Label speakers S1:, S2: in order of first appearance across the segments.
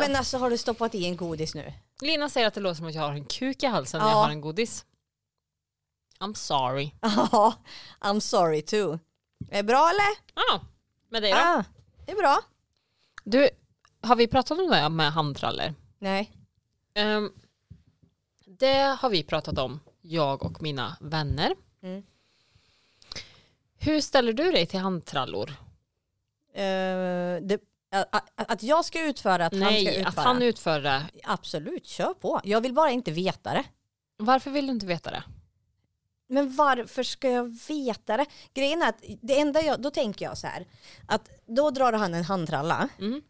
S1: men alltså har du stoppat i en godis nu?
S2: Lina säger att det låter som att jag har en kuk i halsen när
S1: Ja.
S2: jag har en godis. I'm sorry.
S1: Ja, I'm sorry too. Är det bra eller?
S2: Ah, med dig då?
S1: Ja, det är bra.
S2: Du, har vi pratat om det här med handtrallor?
S1: Nej.
S2: Ehm, det har vi pratat om, jag och mina vänner.
S1: Mm.
S2: Hur ställer du dig till handtrallor?
S1: Eh, det, att, att jag ska utföra att han ska
S2: Nej,
S1: utföra?
S2: att han utför det.
S1: Absolut, kör på. Jag vill bara inte veta det.
S2: Varför vill du inte veta det?
S1: Men varför ska jag veta det? Grejen är att det enda jag, då tänker jag så här. Att då drar han en handtralla
S2: Mm.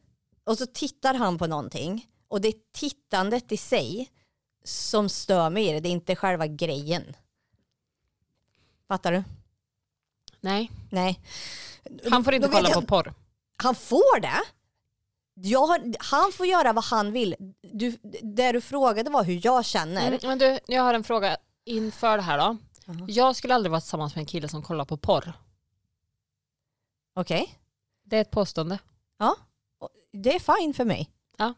S1: och så tittar han på någonting. Och det är tittandet i sig som stör mig i det. Det är inte själva grejen. Fattar du?
S2: Nej,
S1: Nej.
S2: han får inte
S1: Då vet
S2: kolla
S1: jag-
S2: på porr.
S1: Han får det. Jag har, han får göra vad han vill. Du, det du frågade var hur jag känner.
S2: Mm, men du, jag har en fråga inför det här då. Jag skulle aldrig vara tillsammans med en kille som kollar på porr.
S1: Okej.
S2: Det är ett påstående.
S1: Det är fine för mig.
S2: Ja.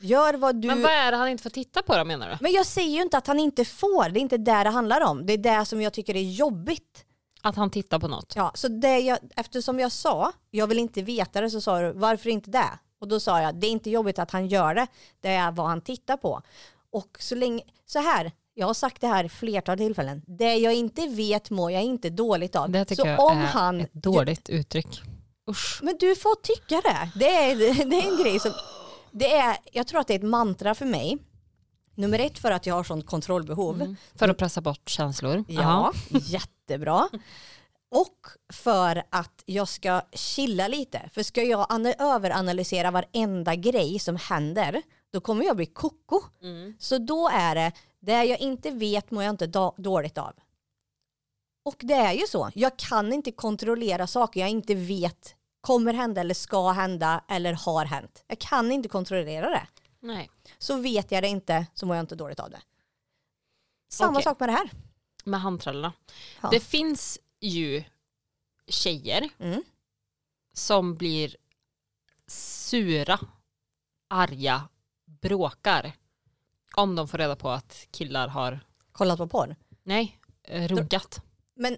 S1: Gör vad du...
S2: Men vad är det han inte får titta på då menar du?
S1: Men jag säger ju inte att han inte får, det är inte det det handlar om. Det är det som jag tycker är jobbigt.
S2: Att han tittar på något.
S1: Ja, så det jag, eftersom jag sa, jag vill inte veta det, så sa du varför inte det? Och då sa jag, det är inte jobbigt att han gör det, det är vad han tittar på. Och så länge, så här, jag har sagt det här i flertal tillfällen, det jag inte vet mår jag inte dåligt av.
S2: Det tycker
S1: så
S2: jag
S1: om
S2: är
S1: han,
S2: ett dåligt uttryck. Usch.
S1: Men du får tycka det. Det är, det är en grej som... Det är, jag tror att det är ett mantra för mig. Nummer ett för att jag har sånt kontrollbehov.
S2: För att pressa bort känslor.
S1: Ja, jättebra. Och för att jag ska chilla lite. För ska jag ana- överanalysera varenda grej som händer, då kommer jag bli koko. Så då är det, det jag inte vet mår jag inte da- dåligt av. Och det är ju så, jag kan inte kontrollera saker jag inte vet kommer hända eller ska hända eller har hänt. Jag kan inte kontrollera det.
S2: Nej.
S1: Så vet jag det inte så mår jag inte dåligt av det. Samma
S2: Okej.
S1: sak med det här.
S2: Med handtrallorna.
S1: Ja.
S2: Det finns ju tjejer
S1: Mm.
S2: som blir sura, arga, bråkar om de får reda på att killar har,
S1: Kollat på porr.
S2: nej, eh, runkat.
S1: Men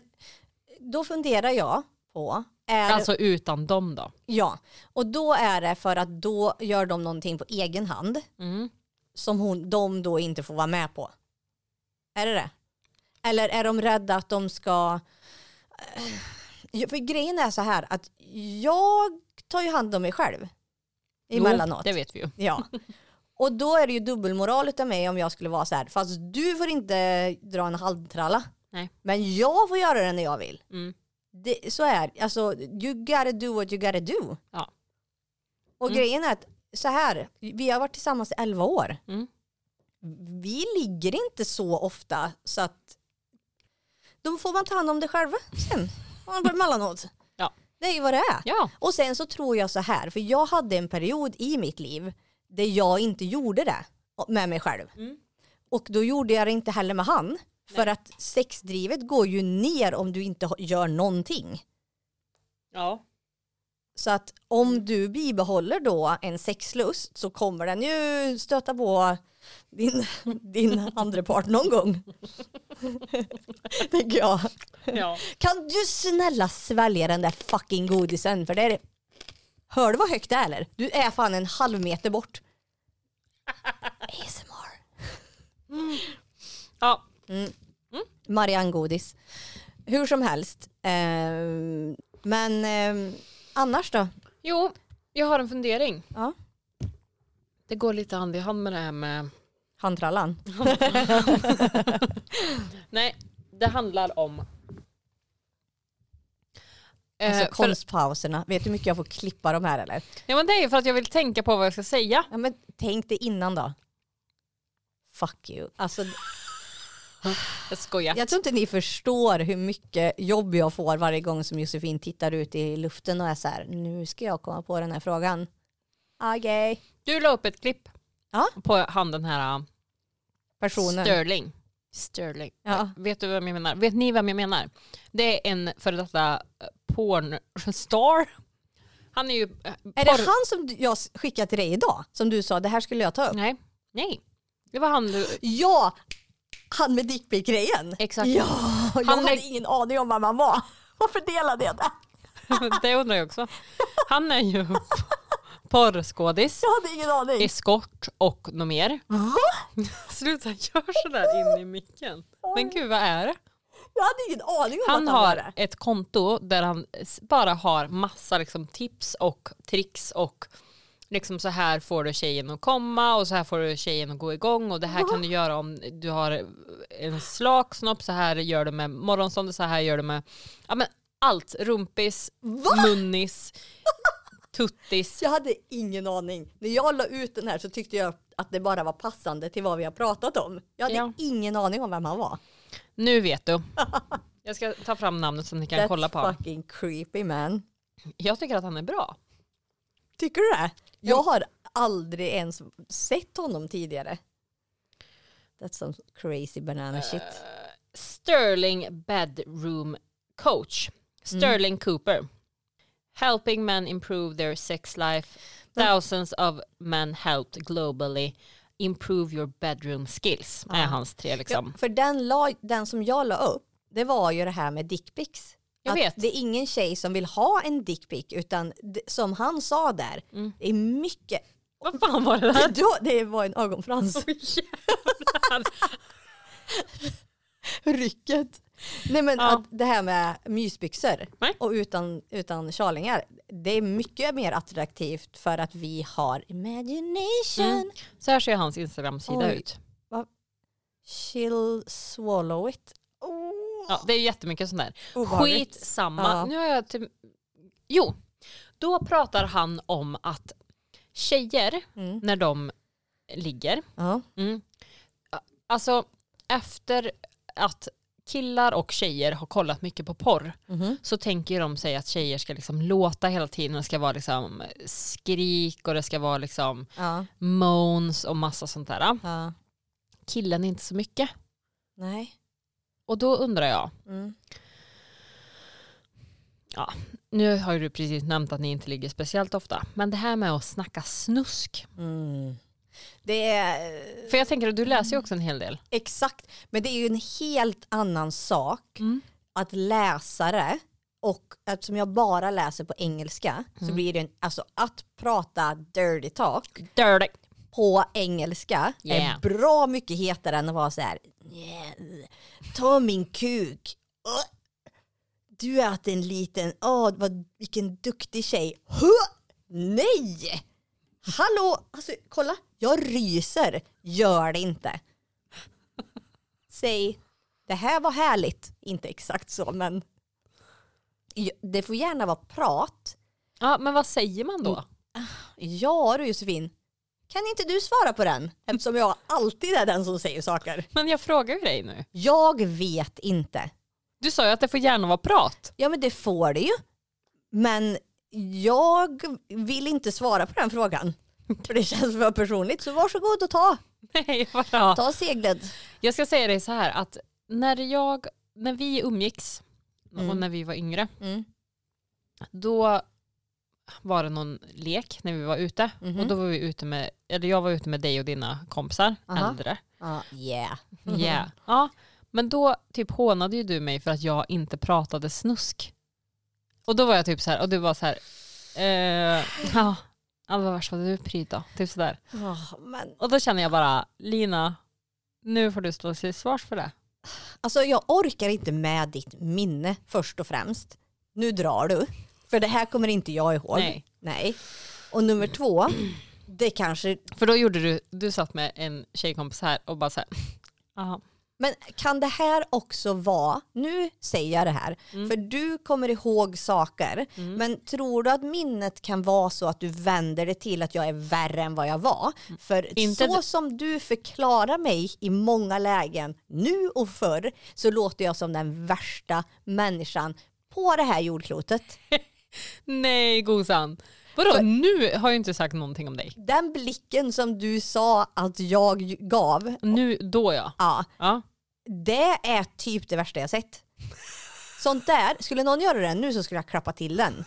S1: då funderar jag på, är,
S2: Alltså utan dem då.
S1: ja, och då är det för att då gör de någonting på egen hand
S2: Mm.
S1: som hon, de då inte får vara med på. Är det det? Eller är de rädda att de ska... Eh, För grejen är så här att jag tar ju hand om mig själv emellanåt.
S2: Jo, det vet vi ju.
S1: Ja. Och då är det ju dubbelmoral utav mig om jag skulle vara så här, fast du får inte dra en halvtralla.
S2: Nej.
S1: Men jag får göra det när jag vill.
S2: Mm.
S1: Det, så är det. Alltså, you gotta do what you gotta do.
S2: Ja.
S1: Och
S2: Mm.
S1: grejen är att så här, vi har varit tillsammans i 11 år.
S2: Mm.
S1: Vi ligger inte så ofta så att då får man ta hand om det själva sen. Man bara Emellanåt.
S2: Ja.
S1: Det är ju vad det är.
S2: Ja,
S1: Och sen så tror jag så här, för jag hade en period i mitt liv där jag inte gjorde det med mig själv.
S2: Mm.
S1: Och då gjorde jag det inte heller med han. För att sexdrivet går ju ner om du inte ha- gör någonting.
S2: ja.
S1: Så att om du bibehåller då en sexlust så kommer den ju stöta på din, din andra part någon gång. Tänker jag.
S2: ja.
S1: Kan du snälla svälja den där fucking godisen? För det är det. Hör du vad högt det är eller? Du är fan en halv meter bort. ASMR.
S2: ja.
S1: Marianne Godis. Hur som helst. Ehm, men ehm, annars då?
S2: Jo, jag har en fundering.
S1: Ja.
S2: Det går lite hand i hand med det här med
S1: Handtrallan.
S2: Nej, det handlar om...
S1: Alltså
S2: Eh, för,
S1: konstpauserna. Vet du hur mycket jag får klippa de här eller?
S2: ja, men det är ju för att jag vill tänka på vad jag ska säga.
S1: Ja, men tänk det innan då. Fuck you. Alltså,
S2: Jag skojar.
S1: jag tror inte ni förstår hur mycket jobb jag får varje gång som Josefin tittar ut i luften och är så här, nu ska jag komma på den här frågan. Ah, Okej.
S2: Du la upp ett klipp
S1: Ja.
S2: på han den här um,
S1: Personen.
S2: Sterling. Sterling.
S1: Ja.
S2: Vet du vem jag menar? Vet ni vem jag menar? Det är en före detta eh, pornstar Han är ju... eh,
S1: Är
S2: porr-
S1: det han som du- jag skickade till dig idag? Som du sa, det här skulle jag ta upp.
S2: Nej. Nej. Det var han du...
S1: Ja, han med dickpic-grejen.
S2: Exakt.
S1: Ja, jag
S2: Han
S1: hade
S2: lägg-
S1: ingen aning om vem han var. Varför delade jag det?
S2: det undrar jag också. Han är ju porrskådis,
S1: Jag hade ingen aning.
S2: eskort och något mer.
S1: Va?
S2: Sluta gör sådär in i micken. Men gud vad är det?
S1: Jag hade ingen aning om
S2: Han
S1: att han var
S2: har
S1: det.
S2: ett konto där han s- bara har massa liksom, tips och tricks och liksom så här får du tjejen att komma och så här får du tjejen att gå igång och det här kan du göra om du har en slak snopp, så här gör du med morgonstånd, och så här gör du med ja, men allt, rumpis, munnis, tuttis.
S1: Jag hade ingen aning. När jag la ut den här så tyckte jag att det bara var passande till vad vi har pratat om. Jag hade
S2: Ja.
S1: ingen aning om vem han var.
S2: Nu vet du. Jag ska ta fram namnet som ni kan
S1: That's
S2: kolla på.
S1: fucking creepy man.
S2: Jag tycker att han är bra.
S1: Tycker du det?
S2: Mm.
S1: Jag har aldrig ens sett honom tidigare. That's some crazy banana shit.
S2: Sterling Bedroom Coach. Sterling
S1: Mm.
S2: Cooper. Helping men improve their sex life. Thousands of men helped globally. Improve your bedroom skills. Är hans tre liksom.
S1: Ja, för den, la, den som jag la upp, det var ju det här med dickpics.
S2: Jag
S1: Att
S2: vet.
S1: Det är ingen tjej som vill ha en dickpic utan det, som han sa där,
S2: Mm.
S1: det är mycket.
S2: Vad fan var det där?
S1: Då, det var en ögonfrans.
S2: Oj, jävlar.
S1: Rycket. Nej men
S2: Ja.
S1: att det här med mysbyxor
S2: Nej.
S1: och utan, utan sjalingar. Det är mycket mer attraktivt för att vi har imagination.
S2: Mm. Så här ser hans Instagram-sida
S1: Oj.
S2: ut.
S1: She'll swallow it.
S2: Ja, det är jättemycket sånt där.
S1: Oh, Obehagligt.
S2: Skit samma.
S1: Ja.
S2: Nu har jag till... Jo, då pratar han om att tjejer,
S1: Mm.
S2: när de ligger,
S1: Ja.
S2: Mm. Alltså efter att killar och tjejer har kollat mycket på porr
S1: Mhm.
S2: så tänker de sig att tjejer ska liksom låta hela tiden. Det ska vara liksom skrik och det ska vara liksom
S1: Ja.
S2: moans och massa sånt där.
S1: ja.
S2: Killen inte så mycket.
S1: Nej.
S2: Och då undrar jag,
S1: Mm.
S2: nu har ju du precis nämnt att ni inte ligger speciellt ofta, men det här med att snacka snusk.
S1: Mm. Det är eh,
S2: För jag tänker att du läser ju också en hel del.
S1: exakt, men det är ju en helt annan sak
S2: Mm.
S1: att läsa det och eftersom jag bara läser på engelska
S2: Mm.
S1: så blir det en, alltså att prata dirty talk
S2: Dirty.
S1: på engelska
S2: Yeah.
S1: är bra mycket hetare än att vara så här "Yeah, ta min kuk Åh, du är en liten, åh vad, vilken duktig tjej Huh! nej hallå, alltså kolla jag ryser, gör det inte säg det här var härligt, inte exakt så men Ja, det får gärna vara prat
S2: Ja, men vad säger man då?
S1: Ja du Josefin, kan inte du svara på den? Eftersom jag alltid är den som säger saker.
S2: Men jag frågar ju dig nu.
S1: Jag vet inte.
S2: Du sa ju att det får gärna vara prat.
S1: Ja men det får det ju. Men jag vill inte svara på den frågan. För det känns för personligt. Så varsågod och ta.
S2: Nej, vadå?
S1: Ta seglet.
S2: Jag ska säga dig så här att när, jag, när vi umgicks och när vi var yngre
S1: Mm.
S2: då var det någon lek när vi var ute och då var vi ute med, eller jag var ute med dig och dina kompisar,
S1: Aha. Mhm.
S2: äldre.
S1: Ja, yeah.
S2: Yeah. Ja, men då typ hånade ju du mig för att jag inte pratade snusk. Och då var jag typ så här och du var så här, eh, ja, ja, vad värst var du pryd då? Typ sådär.
S1: Ja, Ah, men
S2: Och då känner jag bara, Lina, nu får du stå till svars för det.
S1: Alltså jag orkar inte med ditt minne först och främst. Nu drar du. För det här kommer inte jag ihåg.
S2: Nej.
S1: Nej. Och nummer två, det kanske
S2: För då gjorde du, du satt med en tjejkompis här och bara så här, ja,
S1: Men kan det här också vara, nu säger jag det här,
S2: Mm.
S1: för du kommer ihåg saker, men tror du att minnet kan vara så att du vänder det till att jag är värre än vad jag var? För
S2: Mm. Inte
S1: så
S2: d-
S1: som du förklarar mig i många lägen, nu och förr, så låter jag som den värsta människan på det här jordklotet.
S2: nej gosan. Vadå, nu har jag inte sagt någonting om dig.
S1: Den blicken som du sa att jag gav,
S2: Nu, då ja.
S1: ja,
S2: ja.
S1: Det är typ det värsta jag sett. Sånt där, skulle någon göra det nu så skulle jag klappa till den.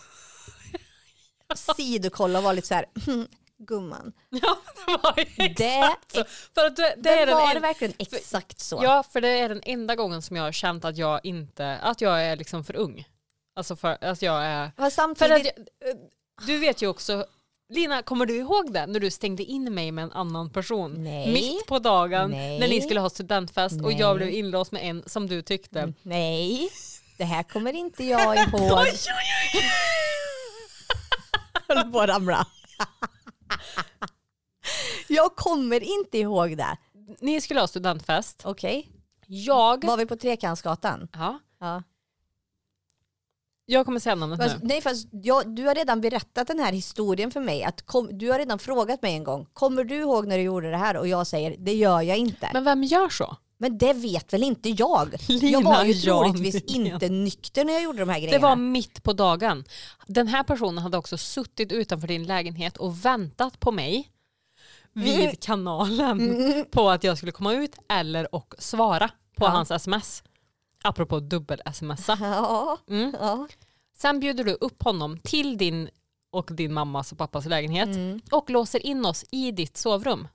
S1: sidokolla och vara lite så här, "Hmm, gumman.
S2: Ja, det var ju
S1: Det,
S2: så. För att det, det
S1: det
S2: är den
S1: var
S2: en-
S1: det verkligen exakt så.
S2: Ja, för det är den enda gången som jag har känt att jag inte, att jag är liksom för ung. Alltså för att jag är...
S1: Fast
S2: För
S1: samtidigt,
S2: att jag, du vet ju också, Lina, kommer du ihåg det? När du stängde in mig med en annan person
S1: Nej.
S2: mitt på dagen
S1: Nej.
S2: när ni skulle ha studentfest och
S1: Nej.
S2: jag blev inlåst med en som du tyckte.
S1: nej, det här kommer inte jag ihåg. Jag håller på att ramla. Jag kommer inte ihåg det.
S2: Ni skulle ha studentfest.
S1: Okej,
S2: Jag,
S1: var vi på Trekantsgatan?
S2: ja,
S1: Ja.
S2: jag kommer säga namnet
S1: Fast,
S2: nu.
S1: nej, fast jag, du har redan berättat den här historien för mig. Att kom, du har redan frågat mig en gång, kommer du ihåg när du gjorde det här? Och jag säger, det gör jag inte. Men,
S2: Men vem gör så?
S1: det vet väl inte jag?
S2: Lina,
S1: jag var ju
S2: ja,
S1: troligtvis
S2: Lina.
S1: inte nykter när jag gjorde de här
S2: Det
S1: grejerna.
S2: var mitt på dagen. Den här personen hade också suttit utanför din lägenhet och väntat på mig vid kanalen på att jag skulle komma ut eller och svara på
S1: Ja.
S2: hans sms. Apropå dubbel-smsa.
S1: Ja,
S2: Mm.
S1: ja.
S2: Sen bjuder du upp honom till din och din mammas och pappas lägenhet
S1: Mm.
S2: och låser in oss i ditt sovrum.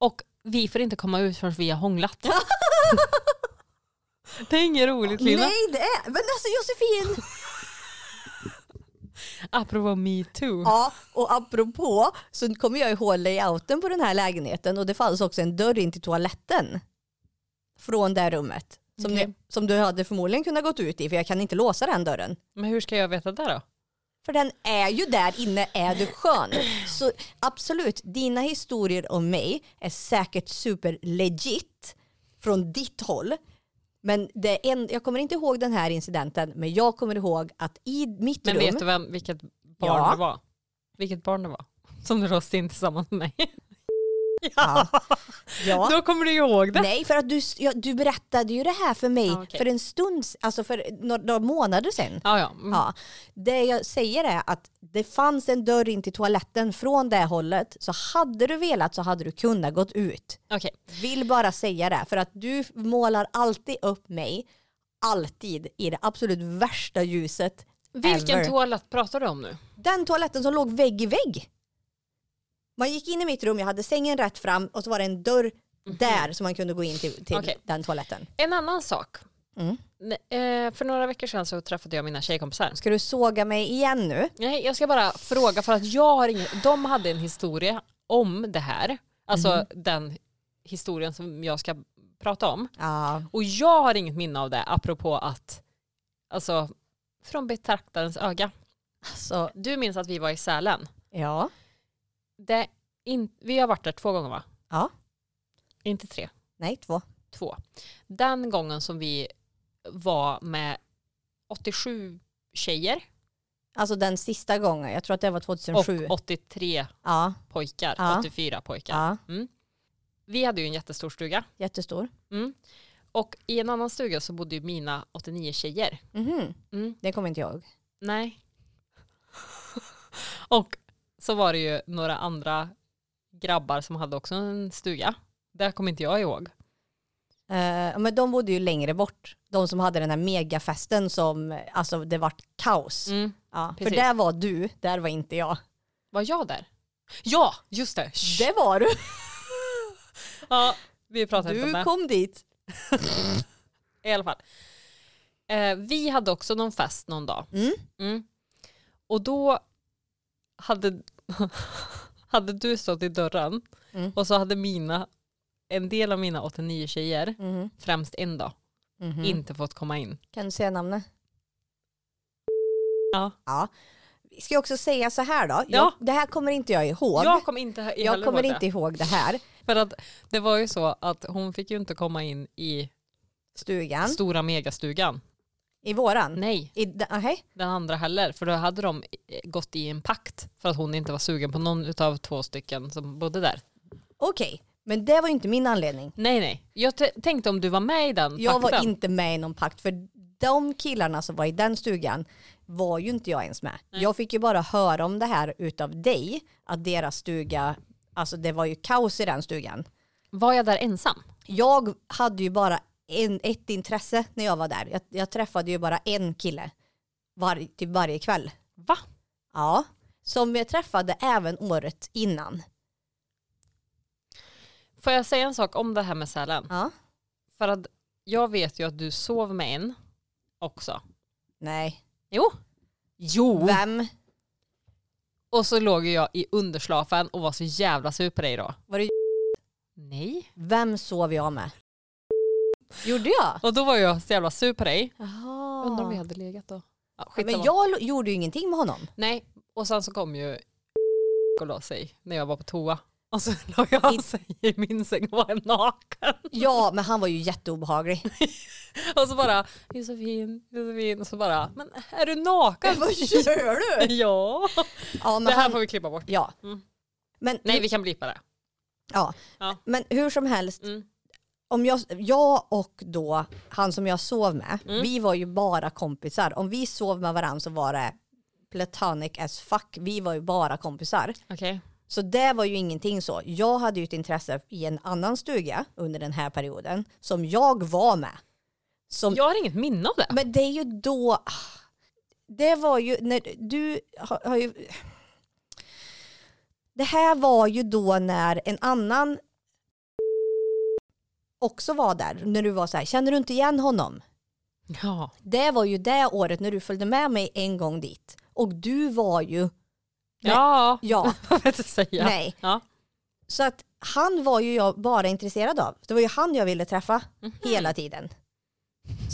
S2: Och vi får inte komma ut förrän vi har hånglat. Det är inget roligt Lina.
S1: Nej det är, men alltså Josefin!
S2: Apropå metoo.
S1: Ja, och apropå så kommer jag ihåg layouten på den här lägenheten och det fanns också en dörr in till toaletten. Från det här rummet. Som,
S2: Okej.
S1: ni, som du hade förmodligen kunnat gått ut i för jag kan inte låsa den dörren.
S2: Men hur ska jag veta det då?
S1: För den är ju där inne, är du skön? Så absolut, dina historier om mig är säkert super legit från ditt håll. Men det är en, jag kommer inte ihåg den här incidenten, men jag kommer ihåg att i mitt
S2: Men
S1: rum...
S2: vet du vem, vilket barn
S1: Ja.
S2: det var? Vilket barn det var? Som du låste in tillsammans med mig.
S1: Ja. ja.
S2: Då kommer du ihåg det.
S1: Nej, för att du, ja, du berättade ju det här för mig
S2: Ja, Ah, okej.
S1: för en stund, alltså för några, några månader sedan.
S2: Ja, ja. Mm.
S1: Ja. Det jag säger är att det fanns en dörr in till toaletten från det hållet, så hade du velat så hade du kunnat gått ut.
S2: Okej.
S1: Vill bara säga det, för att du målar alltid upp mig, alltid i det absolut värsta ljuset.
S2: Vilken
S1: ever.
S2: toalett pratar du om nu?
S1: Den toaletten som låg vägg i vägg. Man gick in i mitt rum, jag hade sängen rätt fram och så var det en dörr där som man kunde gå in till, till
S2: Mhm. Okej.
S1: den toaletten.
S2: En annan sak.
S1: Mm.
S2: Ne- eh, För några veckor sedan så träffade jag mina tjejkompisar.
S1: Ska du såga mig igen nu?
S2: Nej, jag ska bara fråga för att jag har ingen, de hade en historia om det här. Alltså
S1: Mhm.
S2: den historien som jag ska prata om.
S1: Ja.
S2: Och jag har inget minne av det apropå att, alltså från betraktarens öga.
S1: Alltså,
S2: Du minns att vi var i Sälen.
S1: ja.
S2: Det är in, vi har varit där två gånger va?
S1: Ja.
S2: Inte tre,
S1: Nej, två.
S2: två. Den gången som vi var med 87 tjejer
S1: Alltså den sista gången, jag tror att det var 2007.
S2: och 83
S1: Ja,
S2: pojkar,
S1: Ja.
S2: 84 pojkar.
S1: ja.
S2: Vi hade ju en jättestor stuga
S1: Jättestor.
S2: och i en annan stuga så bodde ju mina 89 tjejer.
S1: Mhm.
S2: Mm.
S1: Det kommer inte jag ihåg.
S2: Nej. och så var det ju några andra grabbar som hade också en stuga. Det kommer inte jag ihåg.
S1: Eh, men de bodde ju längre bort. De som hade den här megafesten som, alltså det vart kaos. Ja, för
S2: Mm, precis.
S1: där var du, där var inte jag.
S2: Var jag där? Ja, just det.
S1: Det var du.
S2: Ja, vi pratade inte om
S1: Du
S2: det.
S1: kom dit.
S2: I alla fall. Eh, vi hade också någon fest någon dag.
S1: Mm.
S2: Mm. Och då hade, hade du stått i dörren
S1: Mm.
S2: och så hade mina, en del av mina 89 tjejer,
S1: Mhm.
S2: främst en dag,
S1: Mhm.
S2: inte fått komma Mm-hmm. in.
S1: Kan du säga namnet?
S2: Ja.
S1: ja. Vi ska också säga så här då.
S2: Ja.
S1: Jag, det här kommer inte jag ihåg.
S2: Jag kom inte he-
S1: jag
S2: heller
S1: kommer
S2: ihåg
S1: inte
S2: det.
S1: ihåg det här.
S2: För att det var ju så att hon fick ju inte komma in i
S1: Stugan.
S2: stora
S1: Mm.
S2: megastugan.
S1: I våran?
S2: Nej,
S1: I, de- aha,
S2: den andra heller. För då hade de eh, gått i en pakt för att hon inte var sugen på någon av två stycken som bodde där.
S1: Okej, men det var ju inte min anledning.
S2: Nej nej, jag t- tänkte om du var med i den
S1: Jag
S2: pakten.
S1: var inte med i någon pakt för de killarna som var i den stugan var ju inte jag ens med. Jag fick ju bara höra om det här utav dig, att deras stuga, alltså det var ju kaos i den stugan.
S2: Var jag där ensam?
S1: Jag hade ju bara en, ett intresse när jag var där. Jag, jag träffade ju bara en kille var, till varje kväll.
S2: Va?
S1: typ Ja, Som jag träffade även året innan.
S2: Får jag säga en sak om det här med sälen?
S1: Ja.
S2: För att jag vet ju att du sov med en också.
S1: Nej.
S2: Jo. Jo.
S1: Vem?
S2: Och så låg ju jag i underslafen och var så jävla sur på dig då.
S1: Var det
S2: Nej.
S1: Vem sov jag med? Gjorde jag?
S2: Och då var jag så jävla sur på dig.
S1: Jaha.
S2: Undrar om vi hade legat då. Ja,
S1: Ah. Men
S2: skitsamma.
S1: jag lo- gjorde ju ingenting med honom.
S2: Nej, och sen så kom ju och la sig när jag var på toa. Och så la jag sig i min säng och var naken.
S1: Ja, men han var ju jätteobehaglig.
S2: Och så bara Josefin, Josefin. Och så bara, men är du naken?
S1: Vad gör du?
S2: ja.
S1: Ja,
S2: Det
S1: men,
S2: här
S1: han,
S2: får vi klippa bort.
S1: ja.
S2: Mm.
S1: men,
S2: Nej vi kan blippa det.
S1: ja.
S2: Ja.
S1: men hur som helst,
S2: Mm.
S1: om jag, jag och då han som jag sov med,
S2: Mm.
S1: vi var ju bara kompisar. Om vi sov med varandra så var det platonic as fuck. Vi var ju bara kompisar.
S2: Okej.
S1: Så det var ju ingenting så. Jag hade ju ett intresse i en annan stuga under den här perioden som jag var med. Som,
S2: Jag har inget minne av det.
S1: Men det är ju då... ah, Det var ju när du har, har ju... Det här var ju då när en annan också var där. När du var så här, känner du inte igen honom?
S2: Ja.
S1: Det var ju det året när du följde med mig en gång dit. Och du var ju,
S2: Ja.
S1: ja,
S2: Vad vet jag säga?
S1: nej.
S2: Ja.
S1: Så att han var ju jag bara intresserad av. Det var ju han jag ville träffa
S2: Mm.
S1: hela tiden.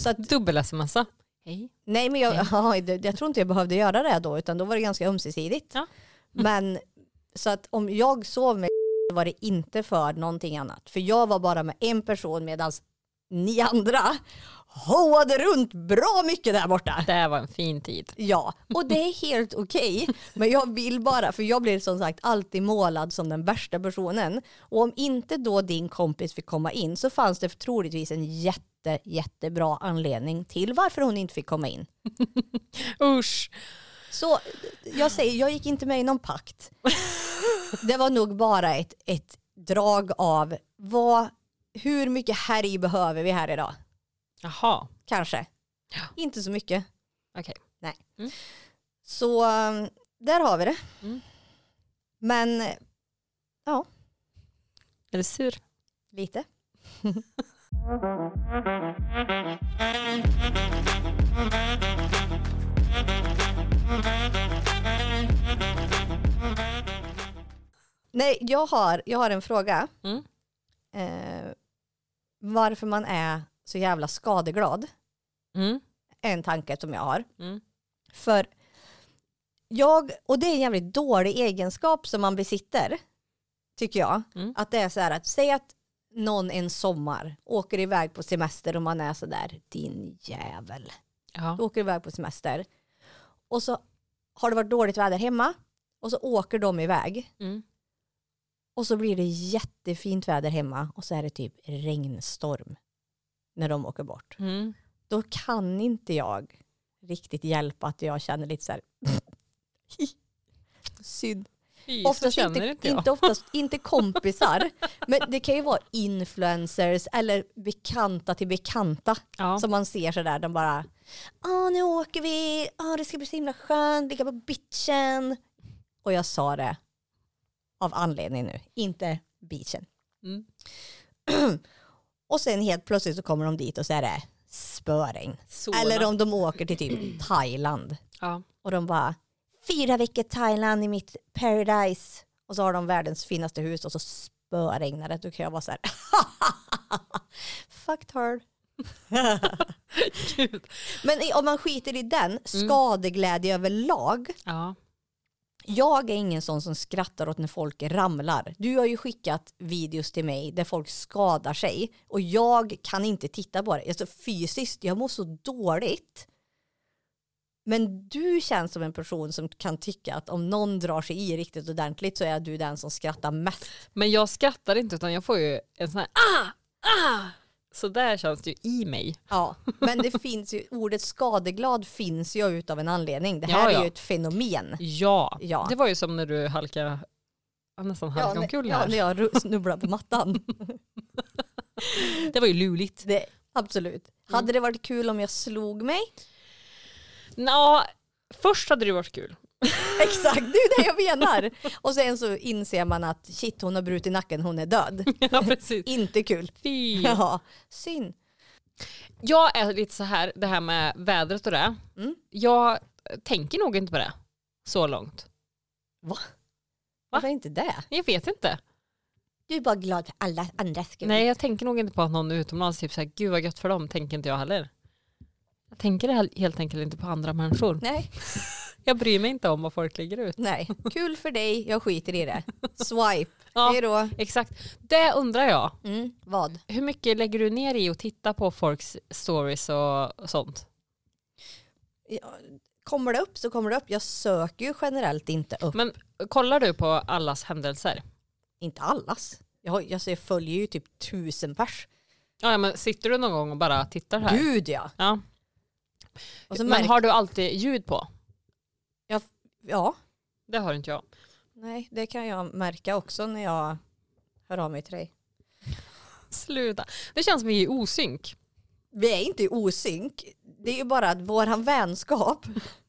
S1: Så att,
S2: Mm-hmm. Dubbel-smsa. Hej.
S1: nej men jag, ja, det- jag tror inte jag behövde göra det då utan då var det ganska ömsesidigt.
S2: Ja.
S1: Men så att om jag sov med så var det inte för någonting annat. För jag var bara med en person medan ni andra hoade runt bra mycket där borta.
S2: Det här var en fin tid.
S1: Ja, och det är helt okej. Men jag vill bara, för jag blir som sagt alltid målad som den värsta personen. Och om inte då din kompis fick komma in så fanns det troligtvis en jätte, jättebra anledning till varför hon inte fick komma in.
S2: Usch.
S1: Så jag säger, jag gick inte med i någon pakt. Det var nog bara ett, ett drag av vad, hur mycket härj behöver vi här idag?
S2: Jaha.
S1: Kanske.
S2: Ja.
S1: Inte så mycket.
S2: Okej.
S1: Nej.
S2: Mm.
S1: Så um, där har vi det.
S2: Mm.
S1: Men eh,
S2: Är du sur?
S1: lite. Nej, jag har, jag har en fråga.
S2: Mm.
S1: Eh, varför man är så jävla skadeglad
S2: Mm.
S1: är en tanke som jag har.
S2: Mm.
S1: För jag, och det är en jävligt dålig egenskap som man besitter, tycker jag.
S2: Mm.
S1: Att det är så här att, säg att någon en sommar åker iväg på semester och man är så där, din jävel.
S2: Ja.
S1: Du åker iväg på semester och så har det varit dåligt väder hemma och så åker de iväg
S2: Mm.
S1: och så blir det jättefint väder hemma och så är det typ regnstorm när de åker bort
S2: Mm.
S1: då kan inte jag riktigt hjälpa att jag känner lite så här synd.
S2: Fy, så
S1: Oftast
S2: känner
S1: inte,
S2: inte,
S1: inte,
S2: jag.
S1: oftast, inte kompisar, men det kan ju vara influencers eller bekanta till bekanta
S2: ja.
S1: som man ser sådär, de bara Åh, nu åker vi, Åh, det ska bli så himla skönt, ligga på beachen. Och jag sa det av anledning nu, inte beachen.
S2: Mm.
S1: Och sen helt plötsligt så kommer de dit och så är det spöregn.
S2: Såna.
S1: Eller om de åker till typ Thailand
S2: ja.
S1: och de bara fyra veckor Thailand i mitt paradise och så har de världens finaste hus och så spöregnar det. Då kan jag vara så här fucked her.
S2: Gud.
S1: Men i- om man skiter i den, skadeglädje överlag.
S2: ja.
S1: Jag är ingen sån som skrattar åt när folk ramlar. Du har ju skickat videos till mig där folk skadar sig och jag kan inte titta på det. Alltså fysiskt, jag mår så dåligt. Men du känns som en person som kan tycka att om någon drar sig i riktigt ordentligt så är du den som skrattar mest.
S2: Men jag skrattar inte utan jag får ju en sån här ah, ah. Så där känns det ju i mig.
S1: Ja, men det finns ju, ordet skadeglad finns ju utav en anledning. Det här
S2: Ja,
S1: är
S2: ja.
S1: ju ett fenomen.
S2: Ja.
S1: Ja.
S2: Det var ju som när du halkade, jag nästan halkade
S1: när-
S2: omkull
S1: ja,
S2: här.
S1: när jag ru- snubblar på mattan.
S2: det var ju luligt.
S1: Det, Mm. absolut. Hade det varit kul om jag slog mig?
S2: Nå, först hade det varit kul.
S1: Exakt, det är det jag menar. Och sen så inser man att shit hon har brutit nacken, hon är död.
S2: ja, precis.
S1: Inte kul.
S2: Fy.
S1: Ja, synd.
S2: Jag är lite så här, det här med vädret och det.
S1: Mm.
S2: Jag tänker nog inte på det så långt.
S1: Varför inte det?
S2: Jag vet inte.
S1: Du är bara glad för alla andra skull.
S2: Nej jag tänker nog inte på att någon utomlands typ såhär, gud vad gött för dem, tänker inte jag heller. Jag tänker he- helt enkelt inte på andra människor.
S1: Nej.
S2: Jag bryr mig inte om vad folk lägger ut.
S1: Nej, kul för dig, jag skiter i det. Swipe,
S2: Ja.
S1: hej då.
S2: Exakt, det undrar jag.
S1: Mm, vad?
S2: Hur mycket lägger du ner i att titta på folks stories och sånt?
S1: Ja, Kommer det upp så kommer det upp. Jag söker ju generellt inte upp.
S2: Men kollar du på allas händelser?
S1: Inte allas. Jag, har- alltså, jag följer ju typ tusen pers.
S2: Ja, men sitter du någon gång och bara tittar här?
S1: Gud ja.
S2: Ja.
S1: Och så
S2: men
S1: märk-
S2: har du alltid ljud på?
S1: ja.
S2: Det har inte jag.
S1: Nej, det kan jag märka också när jag hör av mig till dig.
S2: Sluta. Det känns som vi är i osynk.
S1: Vi är inte i osynk. Det är ju bara att våran vänskap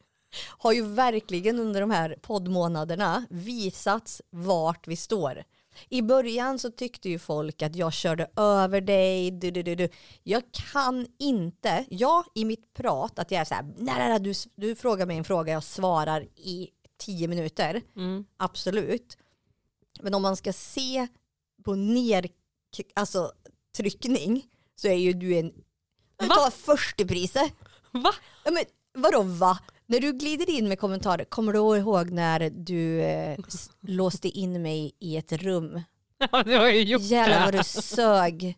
S1: har ju verkligen under de här poddmånaderna visats vart vi står. I början så tyckte ju folk att jag körde över dig. Du, du, du, du. Jag kan inte, jag i mitt prat, att jag är så här, nej, nej, nej, du, du frågar mig en fråga, jag svarar i tio minuter.
S2: Mm.
S1: Absolut. Men om man ska se på ner, alltså, tryckning så är ju du en... Du
S2: Va?
S1: tar förstepriset.
S2: Va?
S1: Ja, men vadå va? När du glider in med kommentarer, kommer du ihåg när du eh, s- låste in mig i ett rum?
S2: Ja, du har ju gjort
S1: Jävlar vad
S2: det.
S1: du sög.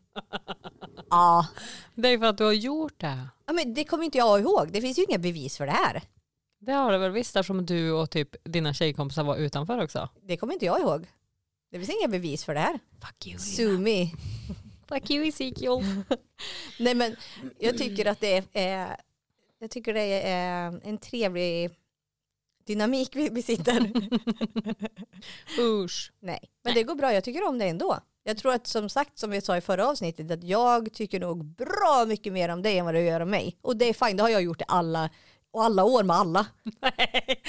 S1: Ja.
S2: Det är för att du har gjort det.
S1: ja, men det kommer inte jag ihåg. Det finns ju inga bevis för det här.
S2: Det har du väl visst eftersom du och typ dina tjejkompisar var utanför också.
S1: Det kommer inte jag ihåg. Det finns inga bevis för det här.
S2: Fuck you.
S1: Sue me.
S2: Fuck you Ezekiel.
S1: Nej men jag tycker att det är, eh, jag tycker det är eh, en trevlig dynamik vi besitter.
S2: Usch.
S1: Nej, men det går bra. Jag tycker om det ändå. Jag tror att som sagt, som vi sa i förra avsnittet, att jag tycker nog bra mycket mer om dig än vad du gör om mig. Och det är fine, det har jag gjort i alla, och alla år med alla.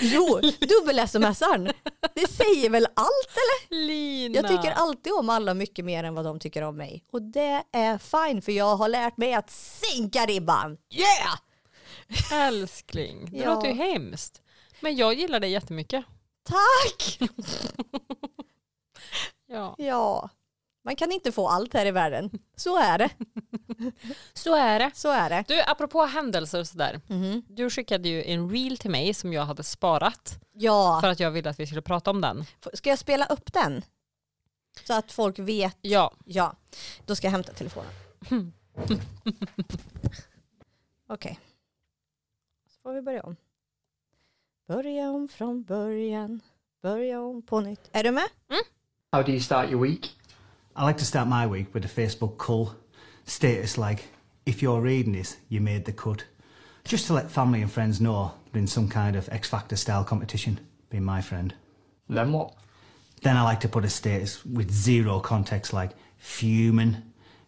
S1: Jo, dubbel-smsaren. Det säger väl allt?
S2: Lina.
S1: Jag tycker alltid om alla mycket mer än vad de tycker om mig. Och det är fine, för jag har lärt mig att sänka ribban. Yeah!
S2: Älskling, det
S1: Ja.
S2: låter ju hemskt. Men jag gillar dig jättemycket.
S1: Tack!
S2: Ja.
S1: Ja, man kan inte få allt här i världen. Så är det.
S2: Så är det.
S1: Så är det.
S2: Du, apropå händelser och sådär.
S1: Mhm.
S2: Du skickade ju en reel till mig som jag hade sparat
S1: Ja,
S2: för att jag ville att vi skulle prata om den.
S1: ska jag spela upp den? Så att folk vet.
S2: Ja,
S1: Ja, då ska jag hämta telefonen. Okej. Så får vi börja om. Börja om från början. Börja om på nytt. Är du med?
S3: How do you start your week?
S4: I like to start my week with a Facebook call status like, if you're reading this, you made the cut. Just to let family and friends know that in some kind of X Factor style competition, being my friend.
S3: Then what?
S4: Then I like to put a status with zero context like, fuming,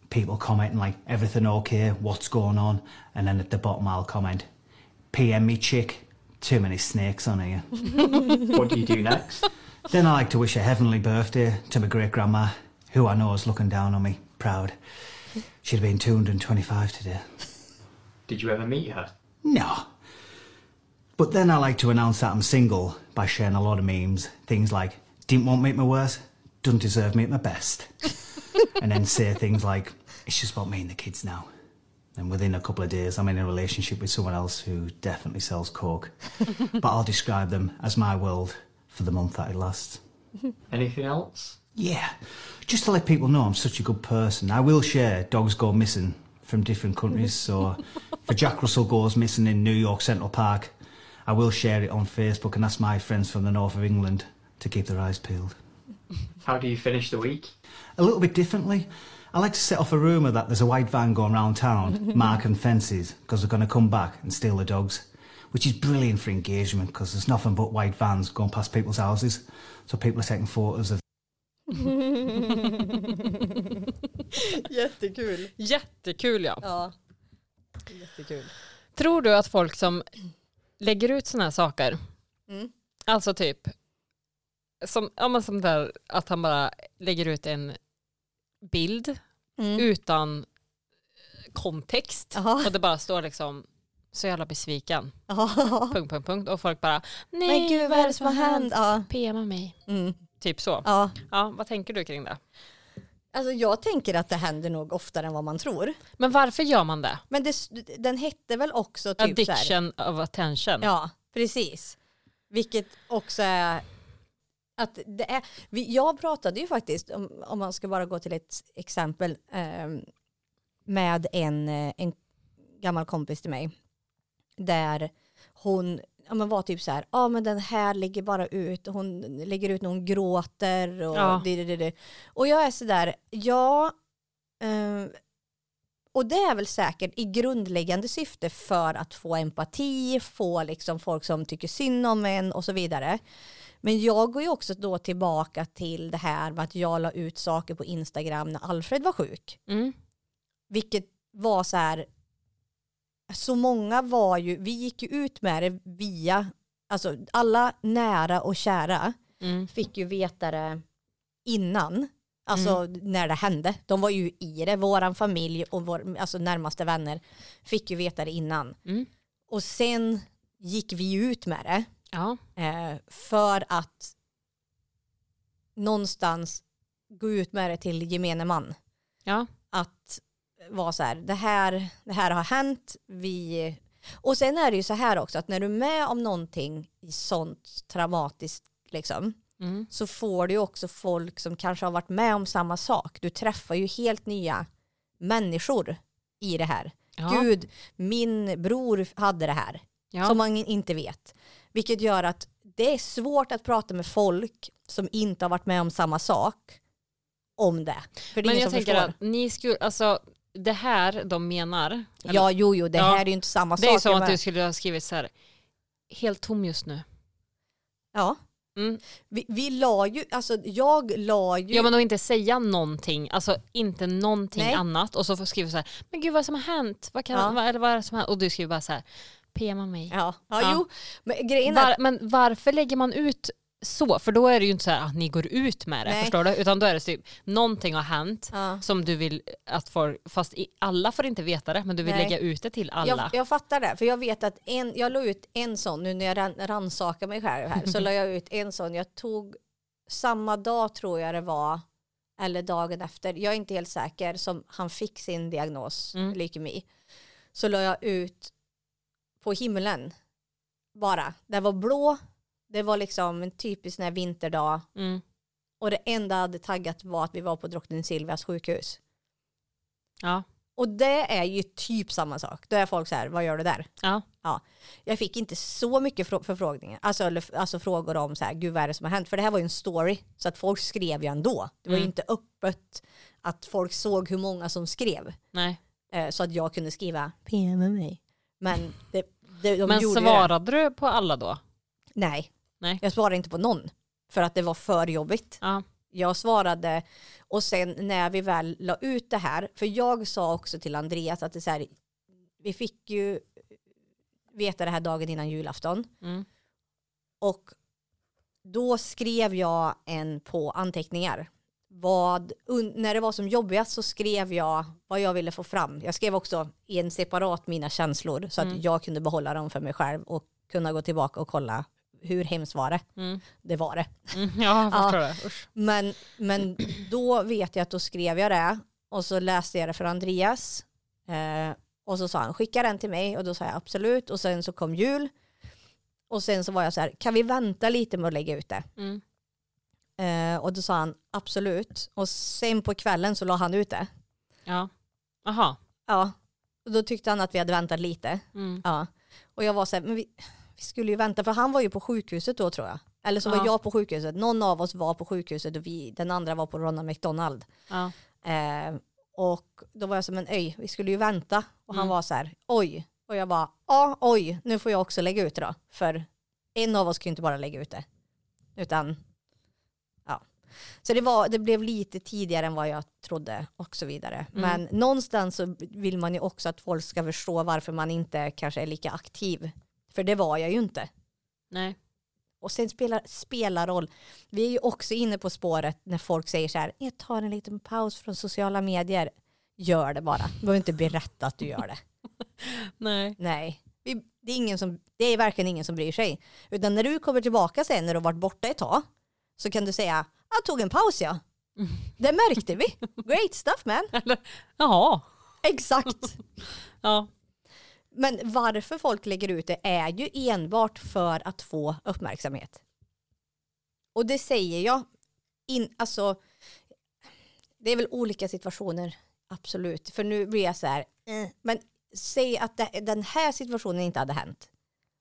S4: people commenting like, everything okay, what's going on, and then at the bottom I'll comment, PM me chick, too many snakes on here.
S3: What do you do next?
S4: Then I like to wish a heavenly birthday to my great grandma, who I know is looking down on me, proud. She'd have been 225 today.
S3: Did you ever meet her?
S4: No. But then I like to announce that I'm single by sharing a lot of memes. Things like, didn't want me at my worst, doesn't deserve me at my best. and then say things like, it's just about me and the kids now. And within a couple of days, I'm in a relationship with someone else who definitely sells coke. but I'll describe them as my world for the month that it lasts.
S3: Anything else?
S4: Yeah, just to let people know I'm such a good person. I will share dogs go missing from different countries. So if a Jack Russell goes missing in New York Central Park, I will share it on Facebook, and that's my friends from the north of England to keep their eyes peeled.
S3: How do you finish the week?
S4: A little bit differently, I like to set off a rumour that there's a white van going round town marking fences because they're going to come back and steal the dogs, which is brilliant for engagement because there's nothing but white vans going past people's houses. So people are taking photos of
S1: Jättekul.
S2: jättekul ja.
S1: Ja. Jättekul.
S2: Tror du att folk som lägger ut sådana här saker
S1: Mm.
S2: Alltså typ, som, ja, men som där att han bara lägger ut en bild
S1: Mm.
S2: utan kontext
S1: Jaha.
S2: och det bara står liksom så jävla besviken,
S1: Ja.
S2: punkt, punkt, punkt och folk bara nej
S1: Men gud vad är det som har hänt? Ja.
S2: PMa mig.
S1: Mm.
S2: Typ så.
S1: Ja.
S2: Ja, vad tänker du kring det?
S1: Alltså jag tänker att det händer nog oftare än vad man tror.
S2: Men varför gör man det?
S1: Men det, den hette väl också typ så här-
S2: Addiction of attention.
S1: Ja, precis. Vilket också är att det är, vi, jag pratade ju faktiskt, om, om man ska bara gå till ett exempel, ehm, med en, eh, en gammal kompis till mig. Där hon ja, men var typ så här, ja ah, men den här ligger bara ut, hon lägger ut när hon gråter och
S2: Ja.
S1: det, det, det, det. Och jag är så där, ja, ehm, och det är väl säkert i grundläggande syfte för att få empati, få liksom folk som tycker synd om en och så vidare. Men jag går ju också då tillbaka till det här med att jag la ut saker på Instagram när Alfred var sjuk.
S2: Mm.
S1: Vilket var så här, så många var ju, vi gick ju ut med det via, alltså alla nära och kära
S2: Mm.
S1: fick ju veta det innan. Alltså när det hände. De var ju i det. Våran familj och vår, alltså närmaste vänner fick ju veta det innan.
S2: Mm.
S1: Och sen gick vi ut med det
S2: Ja.
S1: eh, för att någonstans gå ut med det till gemene man.
S2: Ja.
S1: Att vara så här, det här, det här har hänt, vi... Och sen är det ju så här också att när du är med om någonting i sånt traumatiskt liksom,
S2: Mm.
S1: så får du ju också folk som kanske har varit med om samma sak. Du träffar ju helt nya människor i det här.
S2: Ja.
S1: Gud, min bror hade det här
S2: Ja.
S1: som man inte vet. Vilket gör att det är svårt att prata med folk som inte har varit med om samma sak om det. För det är
S2: Men
S1: ingen
S2: jag
S1: som
S2: tänker
S1: förstår.
S2: att ni skulle, alltså det här de menar, eller-
S1: ja, jo, jo, det
S2: Ja.
S1: här är ju inte samma
S2: det är
S1: sak.
S2: ju som
S1: jag
S2: att
S1: menar.
S2: du skulle ha skrivit så här, helt tom just nu.
S1: Ja.
S2: Mm.
S1: Vi, vi la ju, alltså jag la ju...
S2: Ja men och inte säga någonting, alltså inte någonting
S1: Nej.
S2: annat och så får skriva så här, men gud vad är det som har hänt, vad kan,
S1: Ja.
S2: vad, eller vad är det som har hänt? Och du skriver bara så här, PMa mig.
S1: ja, ja,
S2: Ja.
S1: jo. Men grejen är
S2: Var, men varför lägger man ut så? För då är det ju inte så här att ni går ut med det,
S1: Nej.
S2: förstår du? Utan då är det typ, någonting har hänt
S1: Ja.
S2: som du vill att folk, fast i, alla får inte veta det, men du vill
S1: Nej.
S2: lägga ut det till alla.
S1: Jag, jag fattar det, för jag vet att en, jag la ut en sån, nu när jag ran, rannsakar mig själv här, så la jag ut en sån, jag tog samma dag tror jag det var, eller dagen efter, jag är inte helt säker, som han fick sin diagnos,
S2: Mm.
S1: leukemi, så la jag ut på himlen bara. Det var blå, det var liksom en typisk sån här vinterdag
S2: Mm.
S1: och det enda jag hade taggat var att vi var på drottning Silvias sjukhus.
S2: Ja.
S1: Och det är ju typ samma sak. Då är folk så här, vad gör du där?
S2: Ja.
S1: Ja. Jag fick inte så mycket frå- förfrågningar, alltså, eller, f- alltså frågor om så här, gud vad är det som har hänt? För det här var ju en story, så att folk skrev ju ändå. Det var ju
S2: Mm.
S1: inte öppet att folk såg hur många som skrev,
S2: Nej.
S1: eh, så att jag kunde skriva PM mig. Men det, det, de
S2: Men
S1: gjorde ju det.
S2: svarade du på alla då?
S1: Nej.
S2: Nej.
S1: jag svarade inte på någon, för att det var för jobbigt.
S2: Ja.
S1: Jag svarade och sen när vi väl la ut det här, för jag sa också till Andreas att det är så här, vi fick ju veta det här dagen innan julafton
S2: Mm.
S1: och då skrev jag en på anteckningar. Vad, un, när det var som jobbigast så skrev jag vad jag ville få fram. Jag skrev också i en separat mina känslor så att
S2: Mm.
S1: jag kunde behålla dem för mig själv och kunna gå tillbaka och kolla hur hemskt var det?
S2: Mm.
S1: Det var det.
S2: Mm. Ja, jag
S1: Ja.
S2: förstår det. Usch.
S1: Men, men då vet jag att då skrev jag det och så läste jag det för Andreas eh, och så sa han skicka den till mig och då sa jag absolut och sen så kom jul och sen så var jag så här kan vi vänta lite med att lägga ut det
S2: Mm.
S1: eh, och då sa han absolut och sen på kvällen så la han ut det
S2: Ja. Aha.
S1: ja och då tyckte han att vi hade väntat lite
S2: Mm.
S1: ja och jag var så här men vi, vi skulle ju vänta för han var ju på sjukhuset då tror jag eller så var
S2: Ja.
S1: jag på sjukhuset någon av oss var på sjukhuset och vi, den andra var på Ronald McDonald
S2: Ja.
S1: Eh, och då var jag som en öj, vi skulle ju vänta. Och han
S2: Mm.
S1: var så här, oj. Och jag bara, ja oj, nu får jag också lägga ut det då. För en av oss kan ju inte bara lägga ut det. Utan, ja. Så det, var, det blev lite tidigare än vad jag trodde och så vidare. Men någonstans så vill man ju också att folk ska förstå varför man inte kanske är lika aktiv. För det var jag ju inte.
S2: Nej.
S1: Och Och sen spelar, spelar roll. Vi är ju också inne på spåret när folk säger så här, jag tar en liten paus från sociala medier. Gör det bara. Du behöver inte berätta att du gör det.
S2: Nej.
S1: Nej, vi, det, är ingen som, det är verkligen ingen som bryr sig. Utan när du kommer tillbaka sen när du har varit borta ett tag så kan du säga, jag tog en paus ja. Det märkte vi. Great stuff man.
S2: Jaha.
S1: Exakt.
S2: Ja.
S1: Men varför folk lägger ut det är ju enbart för att få uppmärksamhet. Och det säger jag, in, alltså, det är väl olika situationer, absolut. För nu blir jag så här, eh. men säg att det, den här situationen inte hade hänt.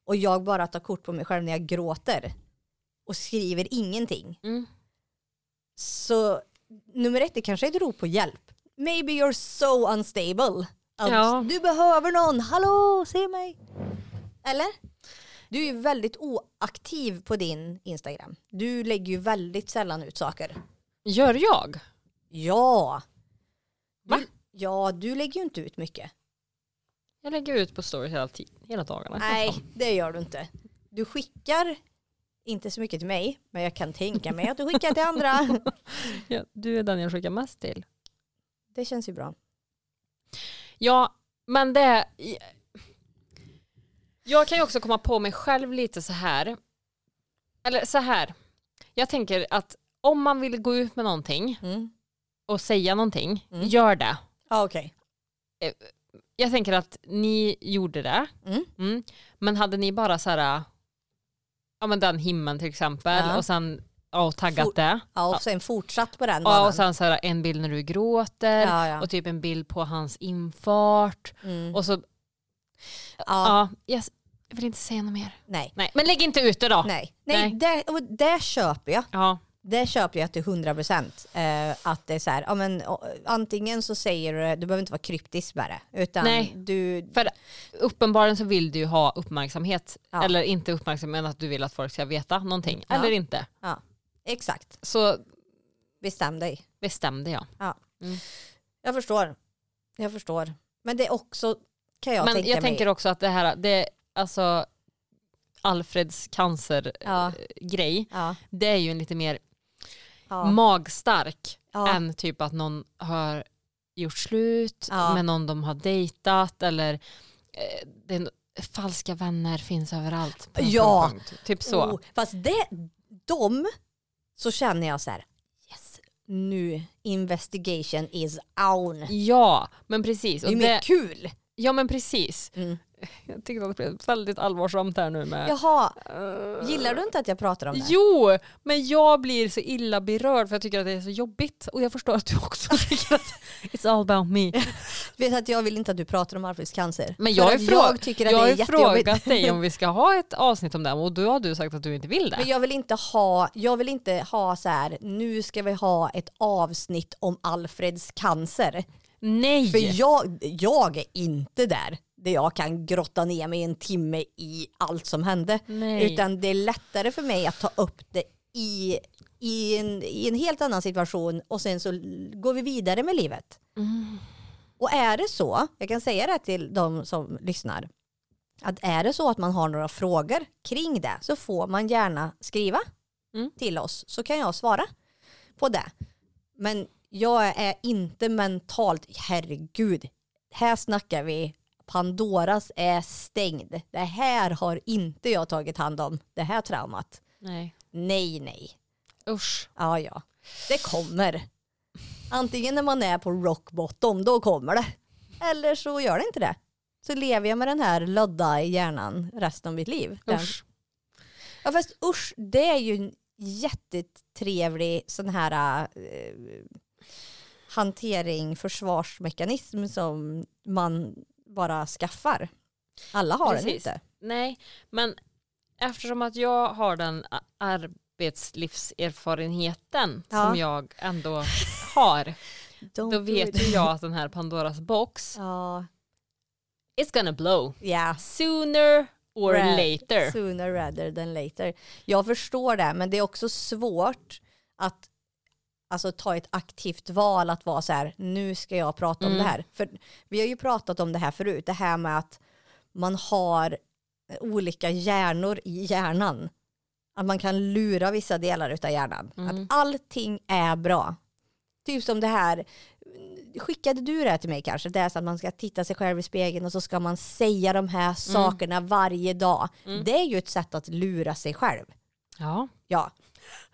S1: Och jag bara tar kort på mig själv när jag gråter och skriver ingenting.
S2: Mm.
S1: Så nummer ett är kanske ett rop på hjälp. Maybe you're so unstable. Att
S2: Ja.
S1: Du behöver någon, hallå, se mig. Eller? Du är ju väldigt oaktiv på din Instagram. Du lägger ju väldigt sällan ut saker.
S2: Gör jag?
S1: Ja.
S2: Va?
S1: Du, ja, du lägger ju inte ut mycket.
S2: Jag lägger ut på stories hela, ti- hela dagarna.
S1: Nej, det gör du inte. Du skickar inte så mycket till mig, men jag kan tänka mig att du skickar till andra.
S2: Ja, du är den jag skickar mest till.
S1: Det känns ju bra.
S2: Ja, men det... Jag kan ju också komma på mig själv lite så här. Eller så här. Jag tänker att om man vill gå ut med någonting
S1: Mm.
S2: och säga någonting,
S1: Mm.
S2: gör det.
S1: Ja, okej.
S2: Jag tänker att ni gjorde det.
S1: Mm.
S2: Mm. Men hade ni bara så här, ja men den himlen till exempel
S1: Ja.
S2: och sen ja, och taggat
S1: For-
S2: det.
S1: Ja, och sen fortsatt på den
S2: Ja,
S1: banan.
S2: och sen så här, en bild när du gråter
S1: Ja, ja.
S2: och typ en bild på hans infart.
S1: Mm.
S2: Och så,
S1: ja,
S2: ja, jag s- jag vill inte säga något mer.
S1: nej.
S2: Nej, men lägg inte ut det då.
S1: Nej, nej,
S2: Nej.
S1: Det, och det köper jag.
S2: Ja,
S1: Det köper jag till 100 procent. att det är så här, ja, men, eh, antingen så säger du det, du behöver inte vara kryptisk med det. Utan
S2: Nej.
S1: du,
S2: för uppenbarligen så vill du ju ha uppmärksamhet.
S1: Ja.
S2: Eller inte uppmärksamhet, men att du vill att folk ska veta någonting.
S1: Ja.
S2: Eller inte.
S1: ja, exakt,
S2: Så
S1: bestäm dig.
S2: bestämde jag.
S1: Jag förstår. Jag förstår. Men det är också, kan jag
S2: men
S1: tänka
S2: jag
S1: mig.
S2: tänker också att det här, det, alltså Alfreds
S1: Ja.
S2: cancergrej,
S1: ja,
S2: det är ju en lite mer
S1: ja,
S2: magstark
S1: ja,
S2: än typ att någon har gjort slut
S1: Ja.
S2: med någon de har dejtat eller eh, det är, en- falska vänner finns överallt. Punkt,
S1: Ja.
S2: punkt, punkt. Typ så.
S1: Oh, fast det, de, så känner jag så här, yes, nu investigation is on. Det
S2: Ja, men precis.
S1: är
S2: Och
S1: ju
S2: det,
S1: mer kul.
S2: ja, men precis.
S1: Mm.
S2: Jag tyckte att det blev väldigt allvarsamt här nu med...
S1: Jaha,
S2: Eh,
S1: gillar du inte att jag pratar om det?
S2: Jo, men jag blir så illa berörd för jag tycker att det är så jobbigt. Och jag förstår att du också tycker att it's all about me.
S1: Vet att jag vill inte att du pratar om Alfreds cancer.
S2: Men jag,
S1: För
S2: är
S1: att
S2: frå-
S1: jag tycker att
S2: jag
S1: det
S2: har
S1: är
S2: ju
S1: jättejobbigt.
S2: frågat dig om vi ska ha ett avsnitt om det och då har du sagt att du inte vill det.
S1: Men jag vill inte ha, jag vill inte ha så här, nu ska vi ha ett avsnitt om Alfreds cancer.
S2: Nej!
S1: För jag, jag är inte där där jag kan grotta ner mig en timme i allt som hände.
S2: Nej.
S1: Utan det är lättare för mig att ta upp det i, i, en, i en helt annan situation och sen så l- går vi vidare med livet.
S2: Mm.
S1: Och är det så, jag kan säga det till de som lyssnar, att är det så att man har några frågor kring det så får man gärna skriva
S2: Mm.
S1: till oss så kan jag svara på det. Men jag är inte mentalt, herregud, här snackar vi Pandoras är stängd. Det här har inte jag tagit hand om, det här traumat.
S2: Nej.
S1: Nej, nej.
S2: Usch.
S1: Ja, ja. Det kommer. Antingen när man är på rock bottom, då kommer det. Eller så gör det inte det. Så lever jag med den här lödda i hjärnan resten av mitt liv. Den-
S2: Usch.
S1: Ja fast usch, det är ju en jättetrevlig sån här eh, hantering, försvarsmekanism som man bara skaffar. Alla har den
S2: Precis.
S1: inte.
S2: Nej, men eftersom att jag har den a- arbetslivserfarenheten
S1: Ja.
S2: som jag ändå har,
S1: Don't
S2: då
S1: do
S2: vet
S1: it.
S2: ju jag att den här Pandoras box,
S1: Ja,
S2: it's gonna blow.
S1: ja.
S2: Sooner or
S1: Right.
S2: later.
S1: Sooner rather than later. Jag förstår det, men det är också svårt att alltså, ta ett aktivt val att vara så här, nu ska jag prata om
S2: Mm.
S1: det här. För vi har ju pratat om det här förut, det här med att man har olika hjärnor i hjärnan. Att man kan lura vissa delar utav hjärnan.
S2: Mm.
S1: Att allting är bra. Typ som det här, skickade du det här till mig kanske? Det är så att man ska titta sig själv i spegeln och så ska man säga de här sakerna varje dag. Det är ju ett sätt att lura sig själv.
S2: Ja,
S1: Ja.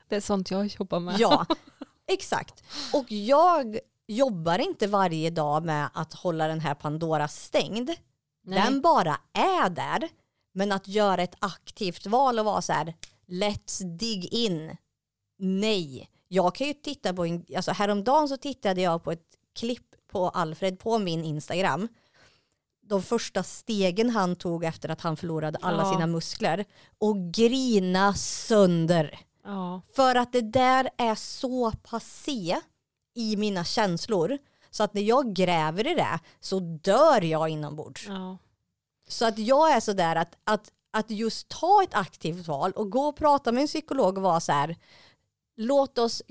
S2: det är sånt jag jobbar med.
S1: Ja, exakt. Och jag jobbar inte varje dag med att hålla den här Pandora stängd.
S2: Nej.
S1: Den bara är där. Men att göra ett aktivt val och vara så här, let's dig in. Nej, jag kan ju titta på en, alltså häromdagen så tittade jag på ett klipp på Alfred på min Instagram. De första stegen han tog efter att han förlorade alla
S2: Ja.
S1: sina muskler och grina sönder.
S2: ja.
S1: För att det där är så passé i mina känslor. Så att när jag gräver i det så dör jag inombords.
S2: ja.
S1: Så att jag är sådär att, att, att just ta ett aktivt val och gå och prata med en psykolog och vara så här. Låt oss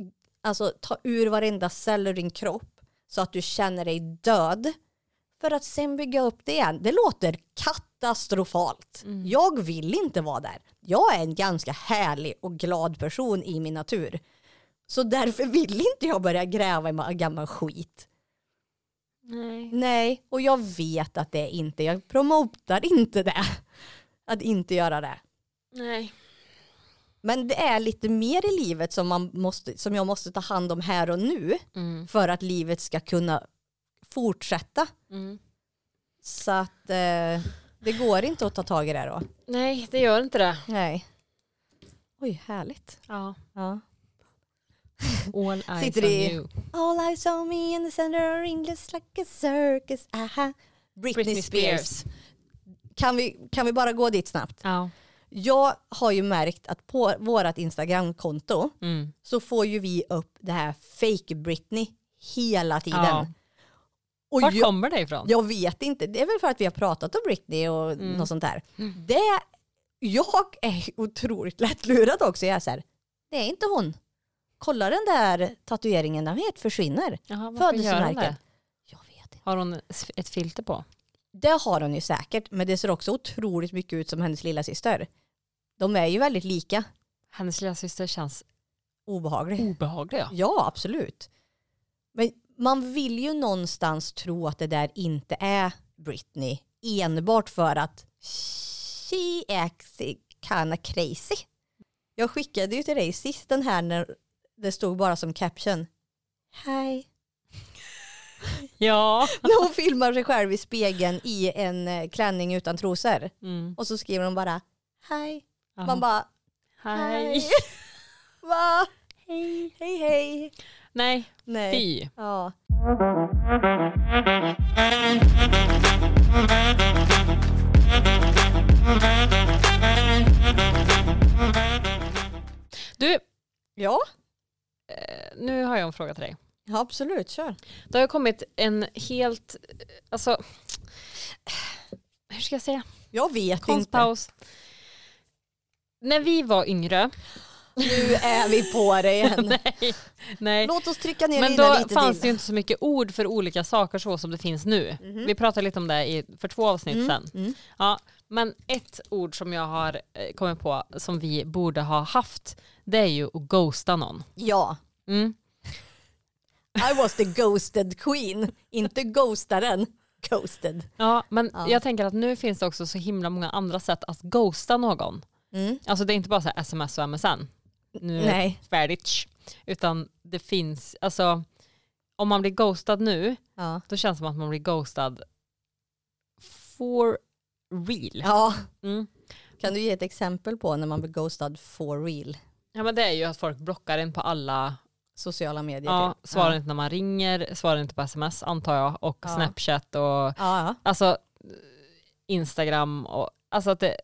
S1: alltså, ta ur varenda cell ur din kropp så att du känner dig död för att sen bygga upp det igen. Det låter katastrofalt. Jag vill inte vara där. Jag är en ganska härlig och glad person i min natur. Så därför vill inte jag börja gräva i ma- gammal skit.
S2: Nej.
S1: Nej, och jag vet att det är inte, jag promotar inte det. Att inte göra det.
S2: Nej.
S1: Men det är lite mer i livet som, man måste, som jag måste ta hand om här och nu
S2: Mm.
S1: för att livet ska kunna fortsätta.
S2: Mm.
S1: Så att eh, det går inte att ta tag i det då.
S2: Nej, det gör inte det.
S1: Nej. Oj, härligt.
S2: Ja.
S1: Ja.
S2: All eyes
S1: Sitter
S2: on
S1: i-
S2: you.
S1: All eyes on me in the center of ring just like a circus. Aha. Britney,
S2: Britney
S1: Spears.
S2: Spears.
S1: Kan, vi, kan vi bara gå dit snabbt?
S2: Ja.
S1: Jag har ju märkt att på vårt Instagramkonto
S2: Mm.
S1: så får ju vi upp det här fake Britney hela tiden.
S2: Ja.
S1: Och
S2: Var
S1: jag,
S2: kommer det ifrån?
S1: jag vet inte, det är väl för att vi har pratat om Britney och
S2: Mm.
S1: något sånt där. Det, jag är otroligt lättlurad också. Jag är så här, det är inte hon. Kolla den där tatueringen, den helt försvinner.
S2: Jaha, varför gör hon det?
S1: Födelsemärket. Jag vet inte.
S2: Har hon s- ett filter på?
S1: Det har hon ju säkert, men det ser också otroligt mycket ut som hennes lilla syster. De är ju väldigt lika.
S2: Hennes lilla syster känns
S1: Obehaglig.
S2: obehaglig. Ja.
S1: Ja, absolut. Men man vill ju någonstans tro att det där inte är Britney enbart för att she acts kinda crazy. Jag skickade ju till dig sist den här när det stod bara som caption. Hej.
S2: ja.
S1: När hon filmar sig själv i spegeln i en eh, klänning utan trosor.
S2: Mm.
S1: Och så skriver hon bara hej.
S2: Ja.
S1: Man bara
S2: Hej.
S1: va? Hej. Hej hej.
S2: Nej,
S1: Nej.
S2: fy.
S1: Ja.
S2: Du,
S1: Ja.
S2: nu har jag en fråga till dig.
S1: Ja absolut, kör.
S2: Det har ju kommit en helt, alltså, hur ska jag säga?
S1: Jag vet inte.
S2: Konstpaus. När vi var yngre,
S1: Nu är vi på det igen.
S2: nej, nej.
S1: Låt oss trycka ner
S2: Men
S1: linan
S2: då
S1: lite
S2: fanns det
S1: till.
S2: ju inte så mycket ord för olika saker så som det finns nu.
S1: Mhm.
S2: Vi pratade lite om det i, för två avsnitt
S1: Mm,
S2: sedan. Ja, men ett ord som jag har eh, kommit på som vi borde ha haft, det är ju att ghosta någon.
S1: Ja.
S2: Mm.
S1: I was the ghosted queen. Inte ghostaren. Ghosted.
S2: Ja, men jag tänker att nu finns det också så himla många andra sätt att ghosta någon. Alltså det är inte bara så här sms och MSN. Nu är
S1: Mm. Nej.
S2: det färdigt. Utan det finns, alltså om man blir ghostad nu,
S1: Ja.
S2: då känns det som att man blir ghostad for real.
S1: ja.
S2: Mm.
S1: Kan du ge ett exempel på när man blir ghostad for real?
S2: Ja men det är ju att folk blockar en på alla,
S1: Sociala medier.
S2: ja,
S1: typ.
S2: svarar
S1: ja.
S2: inte när man ringer, svarar inte på sms antar jag och
S1: Ja.
S2: snapchat och
S1: Ja,
S2: alltså instagram och alltså att det,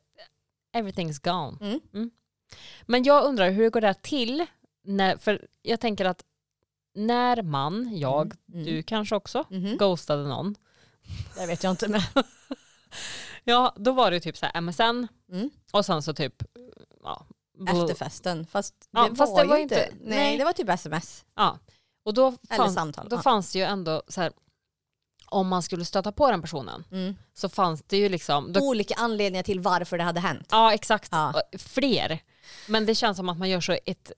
S2: everything's gone.
S1: Mm.
S2: Men jag undrar hur går det här till? När, för jag tänker att när man, jag,
S1: Mm.
S2: du kanske också,
S1: Mhm.
S2: ghostade någon,
S1: det vet jag inte. Men.
S2: ja då var det typ så här MSN
S1: Mm.
S2: och sen så typ ja,
S1: Efterfesten. Fast,
S2: Ja,
S1: det,
S2: fast
S1: var det var ju inte. Nej,
S2: nej.
S1: det var typ sms.
S2: Ja, och då
S1: Eller
S2: fanns,
S1: samtal.
S2: då
S1: ja.
S2: fanns det ju ändå så här, om man skulle stöta på den personen så fanns det ju liksom, då,
S1: Mm. Olika anledningar till varför det hade hänt.
S2: ja exakt,
S1: Mm. Ja.
S2: fler. Men det känns som att man gör så ett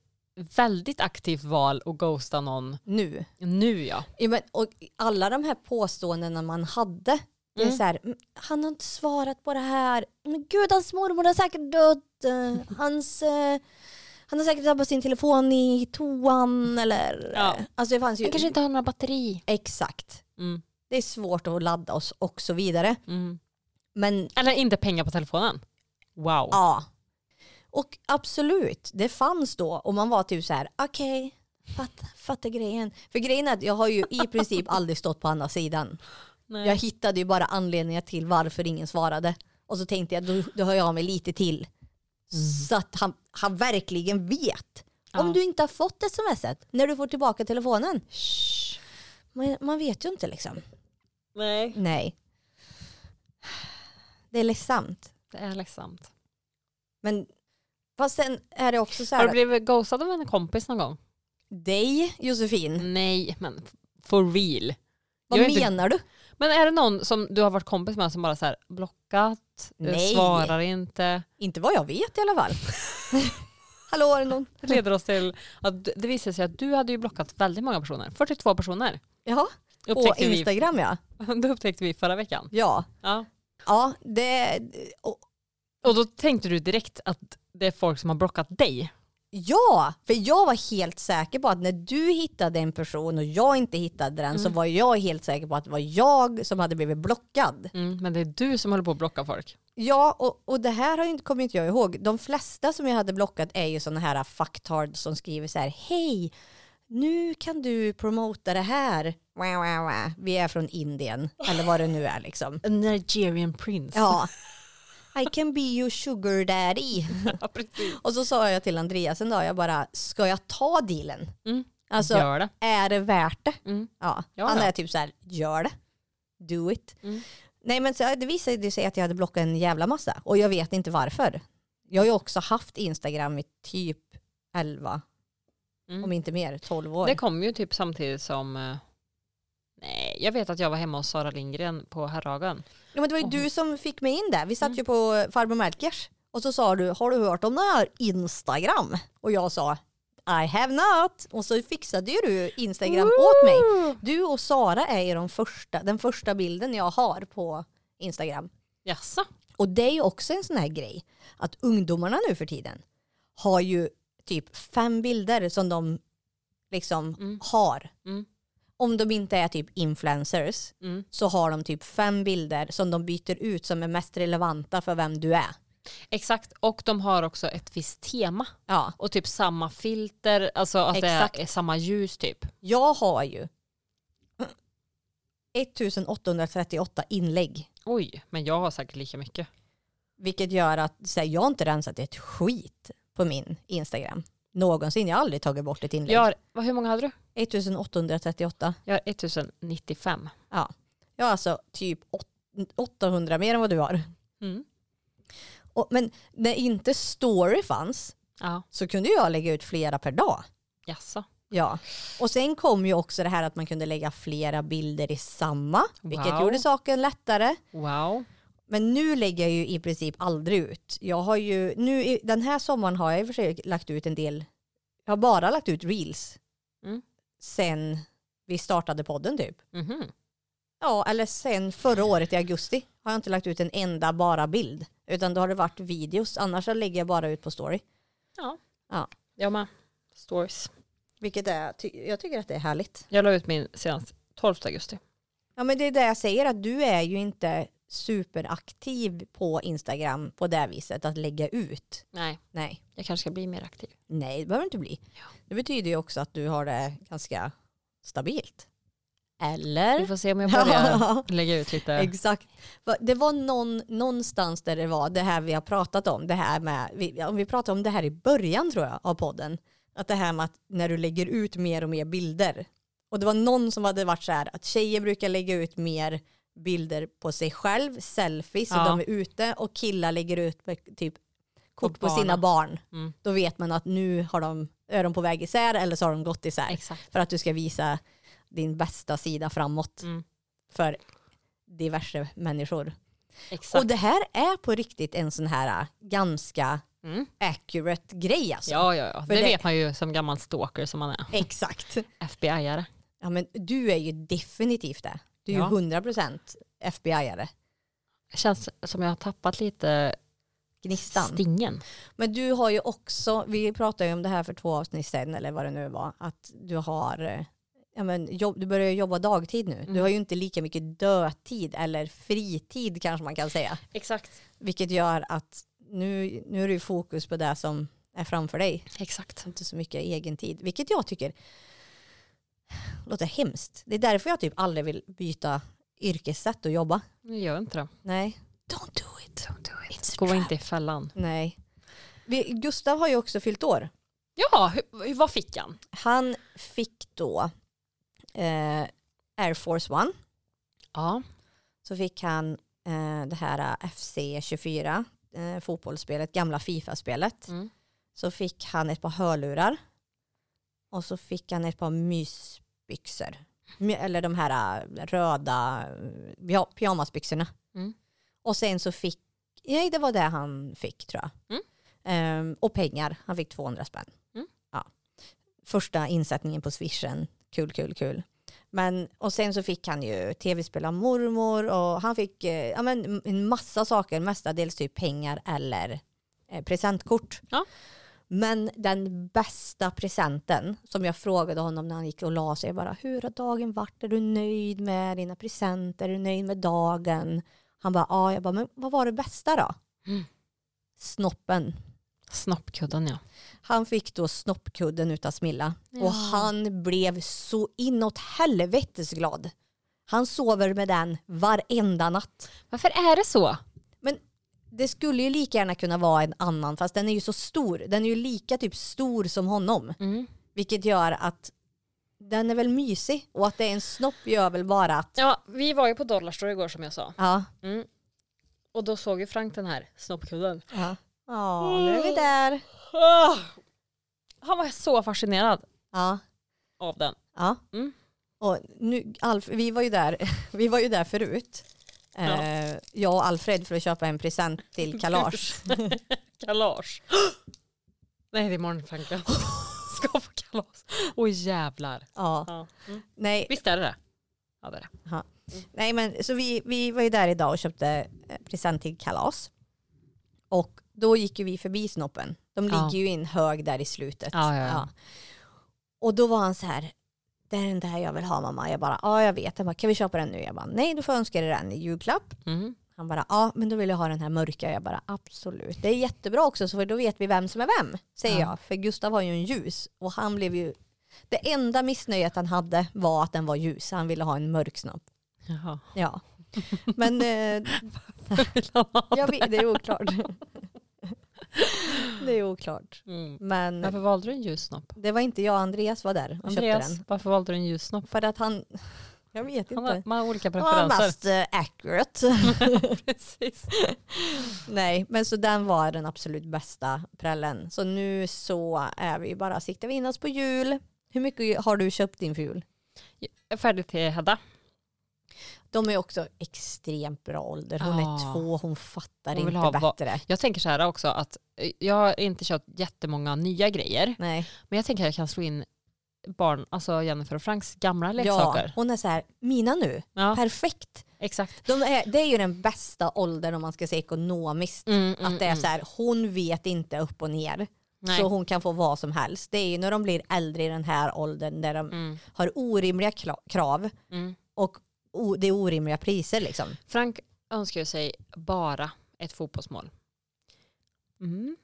S2: väldigt aktivt val att ghosta någon
S1: Nu.
S2: nu ja.
S1: Ja, men, och alla de här påståendena man hade. Det är så här, "Mm, han har inte svarat på det här. Men gud, hans mormor har säkert dött. Eh, Hans, eh, han har säkert tappat sin telefon i toan eller...
S2: Ja.
S1: Alltså det fanns ju...
S2: inte har några batteri.
S1: Exakt.
S2: Mm.
S1: Det är svårt att ladda oss och så vidare.
S2: Mm.
S1: Men
S2: Eller inte pengar på telefonen. Wow.
S1: ja. Och absolut, det fanns då och man var typ så här, okej, fatta, fatta grejen. För grejen är att jag har ju i princip aldrig stått på andra sidan.
S2: Nej.
S1: Jag hittade ju bara anledningar till varför ingen svarade. Och så tänkte jag, då, då hör jag av mig lite till. Så att han, han verkligen vet. Om
S2: Mm. Ja.
S1: du inte har fått smset, när du får tillbaka telefonen. Man, man vet ju inte liksom.
S2: Nej.
S1: Nej. Det är ledsamt.
S2: Det är ledsamt.
S1: Men fast sen är det också så
S2: Har
S1: här
S2: du blivit ghostad av en kompis någon gång?
S1: att dig Josefin,
S2: Nej, men f- for real.
S1: vad
S2: Mm. jag är inte-
S1: menar du?
S2: Men är det någon som du har varit kompis med som bara så här blockat, eh,
S1: Nej.
S2: svarar inte,
S1: Inte vad jag vet i alla fall. Hallå är det någon?
S2: Det leder oss till att det visar sig att du hade ju blockat väldigt många personer, 42 personer.
S1: Jaha, på Instagram ja.
S2: Vi, det upptäckte vi förra veckan.
S1: Ja,
S2: Ja.
S1: ja det, och,
S2: Och då tänkte du direkt att det är folk som har blockat dig.
S1: Ja, för jag var helt säker på att när du hittade en person och jag inte hittade den så var jag helt säker på att det var jag som hade blivit blockad.
S2: men det är du som håller på att blocka folk.
S1: Ja, och, och det här har ju inte, kommer inte jag ihåg. De flesta som jag hade blockat är ju sådana här fucktards som skriver så här Hej, nu kan du promota det här. Wah, wah, wah. Vi är från Indien, eller vad det nu är liksom.
S2: A Nigerian prince.
S1: Ja. I can be your sugar daddy.
S2: Ja, precis.
S1: Och så sa jag till Andreas en dag, jag bara, ska jag ta dealen?
S2: Mm.
S1: Alltså,
S2: Gör det.
S1: är det värt det?
S2: Mm.
S1: Ja.
S2: Ja,
S1: Han
S2: ja.
S1: är typ så här, gör det. Do it.
S2: Mm.
S1: Nej men så, det visade sig att jag hade blockat en jävla massa och jag vet inte varför. Jag har ju också haft Instagram i typ 11,
S2: Mm.
S1: om inte mer, 12 år.
S2: Det kom ju typ samtidigt som eh, Nej, jag vet att jag var hemma hos Sara Lindgren på Herrhagen.
S1: ja, men det var ju
S2: Åh.
S1: du som fick mig in där. Vi satt ju på farbror Melkers och så sa du, har du hört om det här Instagram? Och jag sa, I have not. Och så fixade ju du Instagram åt mig. Du och Sara är ju de första, den första bilden jag har på Instagram.
S2: Jaså?
S1: Och det är ju också en sån här grej att ungdomarna nu för tiden har ju typ fem bilder som de liksom har.
S2: Mm.
S1: Om de inte är typ influencers
S2: Mm.
S1: så har de typ fem bilder som de byter ut som är mest relevanta för vem du är.
S2: Exakt, och de har också ett visst tema.
S1: Ja,
S2: Och typ samma filter, alltså att
S1: Exakt.
S2: det är samma ljus typ.
S1: jag har ju 1838 inlägg
S2: Oj, men jag har säkert lika mycket.
S1: vilket gör att så här, jag har inte rensat ett skit på min Instagram någonsin. Jag har aldrig tagit bort ett inlägg.
S2: Jag har, vad, hur många hade du?
S1: 1838.
S2: Jag har 1095.
S1: Ja. Jag har alltså typ åt- 800 mer än vad du har.
S2: Mm.
S1: Och, men när inte story fanns
S2: Ja,
S1: så kunde jag lägga ut flera per dag.
S2: jaså.
S1: Ja. Och sen kom ju också det här att man kunde lägga flera bilder i samma, vilket
S2: Wow.
S1: gjorde saken lättare.
S2: Wow.
S1: Men nu lägger jag ju i princip aldrig ut. Jag har ju, nu i, den här sommaren har jag i och för sig lagt ut en del, jag har bara lagt ut reels.
S2: Mm.
S1: Sen vi startade podden typ.
S2: Mhm.
S1: Ja, eller sen förra året i augusti har jag inte lagt ut en enda bara bild. Utan då har det varit videos, annars så lägger jag bara ut på story.
S2: Ja.
S1: Ja.
S2: Jag med. Stories.
S1: Vilket är, ty- jag tycker att det är härligt.
S2: Jag la ut min senast 12 augusti.
S1: Ja men det är det jag säger, att du är ju inte superaktiv på Instagram på det viset, att lägga ut.
S2: Nej,
S1: Nej,
S2: jag kanske ska bli mer aktiv.
S1: nej det behöver du inte bli. Det betyder ju också att du har det ganska stabilt.
S2: Vi
S1: Eller?
S2: får se om jag börjar lägga ut lite.
S1: Exakt. Va- Det var någon, någonstans där det var det här vi har pratat om. Det här med, vi, om vi pratade om det här i början tror jag av podden. Att det här med att när du lägger ut mer och mer bilder. Och det var någon som hade varit så här att tjejer brukar lägga ut mer bilder på sig själv, selfies och
S2: Ja.
S1: de är ute och killar lägger ut med typ kort
S2: Och
S1: på sina barn.
S2: Mm.
S1: Då vet man att nu har de, är de på väg isär eller så har de gått isär.
S2: Exakt.
S1: För att du ska visa din bästa sida framåt.
S2: Mm.
S1: för diverse människor.
S2: Exakt.
S1: Och det här är på riktigt en sån här äh, ganska
S2: Mm.
S1: accurate grej alltså.
S2: Ja, ja, ja.
S1: För
S2: Det,
S1: det-
S2: vet man ju som gammal stalker som man är.
S1: Exakt.
S2: FBI-are.
S1: Ja men du är ju definitivt det. Du är
S2: Ja.
S1: ju 100% FBI-are.
S2: Det känns som jag har tappat lite
S1: Gnistan.
S2: stingen.
S1: Men du har ju också, vi pratade ju om det här för två avsnitt sedan eller vad det nu var, att du har, eh, ja men jobb, du börjar ju jobba dagtid nu.
S2: Mm.
S1: Du har ju inte lika mycket dödtid eller fritid kanske man kan säga.
S2: Exakt.
S1: Vilket gör att nu, nu är det ju fokus på det som är framför dig.
S2: Exakt.
S1: Inte så mycket egen tid. Vilket jag tycker låter hemskt. Det är därför jag typ aldrig vill byta yrkessätt och jobba.
S2: Nu gör inte det.
S1: Nej. Don't do it. Don't do it. It's a
S2: Gå
S1: trap.
S2: inte i fällan.
S1: Nej. Vi, Gustav har ju också fyllt år.
S2: Ja, hur, hur- vad fick han?
S1: Han fick då eh, Air Force One.
S2: Ja.
S1: Så fick han eh, det här eh, FC24 eh, fotbollsspelet, gamla Fifa-spelet.
S2: Mm.
S1: Så fick han ett par hörlurar. Och så fick han ett par mysbyxor. My- Eller de här eh, röda eh, py- pyjamasbyxorna.
S2: Mm.
S1: Och sen så fick, nej det var det han fick tror jag.
S2: Mm.
S1: Ehm, och pengar, han fick 200 spänn.
S2: Mm.
S1: Ja. Första insättningen på swishen, kul kul kul. Men, och sen så fick han ju tv-spel av mormor och han fick eh, ja, men, en massa saker, mestadels typ pengar eller eh, presentkort.
S2: Ja.
S1: Men den bästa presenten som jag frågade honom när han gick och la sig, jag bara hur har dagen varit? Är du nöjd med dina presenter? Är du nöjd med dagen? Han bara ja, jag bara men vad var det bästa då?
S2: Mm.
S1: Snoppen.
S2: Snoppkudden ja.
S1: Han fick då snoppkudden utav Smilla och han blev så inåt helvetes glad. Han sover med den varenda natt.
S2: Varför är det så?
S1: Men det skulle ju lika gärna kunna vara en annan fast den är ju så stor. Den är ju lika typ stor som honom.
S2: Mm.
S1: Vilket gör att den är väl mysig och att det är en snopp gör väl bara att
S2: Ja, vi var ju på Dollarstore igår som jag sa.
S1: ja.
S2: Och då såg ju Frank den här snoppkudden.
S1: Ja, nu är vi där.
S2: Ah! Han var så fascinerad
S1: Ja,
S2: av den.
S1: ja.
S2: Mm.
S1: Och nu, Alf, vi, var ju där, vi var ju där förut.
S2: Ja.
S1: Eh, jag och Alfred för att köpa en present till kalas.
S2: Kalas. Nej, det är imorgon Frank. Ska på kalas. Oj jävlar.
S1: Ja.
S2: Ja. Mm.
S1: Nej,
S2: Visst är det det? Ja det är det.
S1: nej men så vi, vi var ju där idag och köpte eh, present till kalas. Och då gick ju vi förbi snoppen. De
S2: Ja.
S1: ligger ju i en hög där i slutet.
S2: Ja, ja, ja.
S1: Och då var han så här, det är den där jag vill ha mamma. Jag bara, ja jag vet. Han bara, kan vi köpa den nu? Jag bara, nej du får önska dig den i julklapp.
S2: Mm.
S1: Han bara, ja men då vill jag ha den här mörka. Jag bara, absolut. Det är jättebra också så för då vet vi vem som är vem. Säger
S2: Ja.
S1: jag. För Gustav har ju en ljus och han blev ju, det enda missnöjet han hade var att den var ljus. Han ville ha en mörk snopp.
S2: Jaha.
S1: Ja. Men eh, jag vet, det är oklart. Det är oklart.
S2: Mm.
S1: Men
S2: Varför valde du en ljus snopp?
S1: det var inte jag, Andreas var där och köpte
S2: Andreas,
S1: den.
S2: varför valde du en ljus snopp?
S1: För att han, jag vet
S2: Han har,
S1: inte.
S2: man har olika
S1: Han var
S2: preferenser.
S1: mest eh, accurate.
S2: Precis.
S1: Nej, men så den var den absolut bästa prällen. Så nu så är vi bara, siktar vi in oss på jul. Hur mycket har du köpt inför jul?
S2: Jag är färdig till Hedda.
S1: De är också extremt bra ålder. Hon
S2: Ja.
S1: är två, hon fattar
S2: Ah. Hon vill
S1: inte
S2: ha va-
S1: bättre.
S2: Jag tänker så här också att eh, jag har inte köpt jättemånga nya grejer.
S1: Nej.
S2: Men jag tänker att jag kan slå in barn, alltså Jennifer och Franks gamla
S1: Ja,
S2: leksaker.
S1: hon är så här, mina nu,
S2: Ja,
S1: perfekt.
S2: exakt.
S1: De är, det är ju den bästa åldern om man ska se ekonomiskt.
S2: Mm, mm,
S1: Att det är
S2: mm.
S1: så här, hon vet inte upp och ner.
S2: Nej.
S1: Så hon kan få vad som helst. Det är ju när de blir äldre i den här åldern där de
S2: Mm,
S1: har orimliga kla- krav
S2: mm. Alltså,
S1: och o, det är orimliga priser liksom.
S2: Frank önskar ju sig bara ett fotbollsmål. Mm.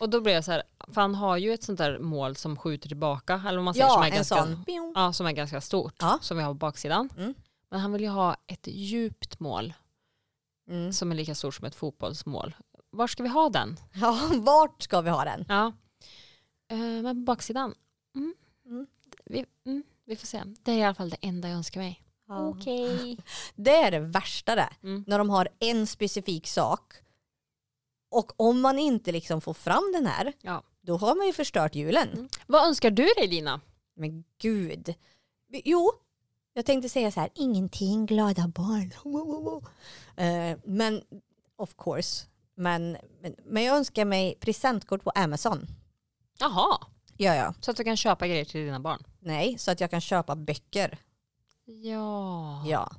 S2: Och då blev jag så här, för han har ju ett sånt där mål som skjuter tillbaka, eller vad man säger, som
S1: Ja,
S2: är
S1: en
S2: ganska, Mm.
S1: sån. Pjong.
S2: Ja, som är ganska stort,
S1: Ja.
S2: som vi har på baksidan.
S1: Mm.
S2: Men han vill ju ha ett djupt mål
S1: Mm.
S2: som är lika stort som ett fotbollsmål. Var ska vi ha den?
S1: Ja, vart ska vi ha den?
S2: Ja. Eh, men på baksidan? Mm.
S1: Mm.
S2: Vi, mm, vi får se. Det är i alla fall det enda jag önskar mig.
S1: Ja.
S2: Okej.
S1: Det är det värsta det.
S2: Mm.
S1: När de har en specifik sak och om man inte liksom får fram den här
S2: Ja.
S1: då har man ju förstört julen.
S2: Vad önskar du dig Lina?
S1: Men gud. Jo, Jag tänkte säga så här, ingenting, glada barn. Wo, wo, wo. Eh, men of course. Men, men, men jag önskar mig presentkort på Amazon.
S2: Jaha,
S1: Gör jag.
S2: så att du kan köpa grejer till dina barn.
S1: Nej, så att jag kan köpa böcker.
S2: Ja.
S1: Ja.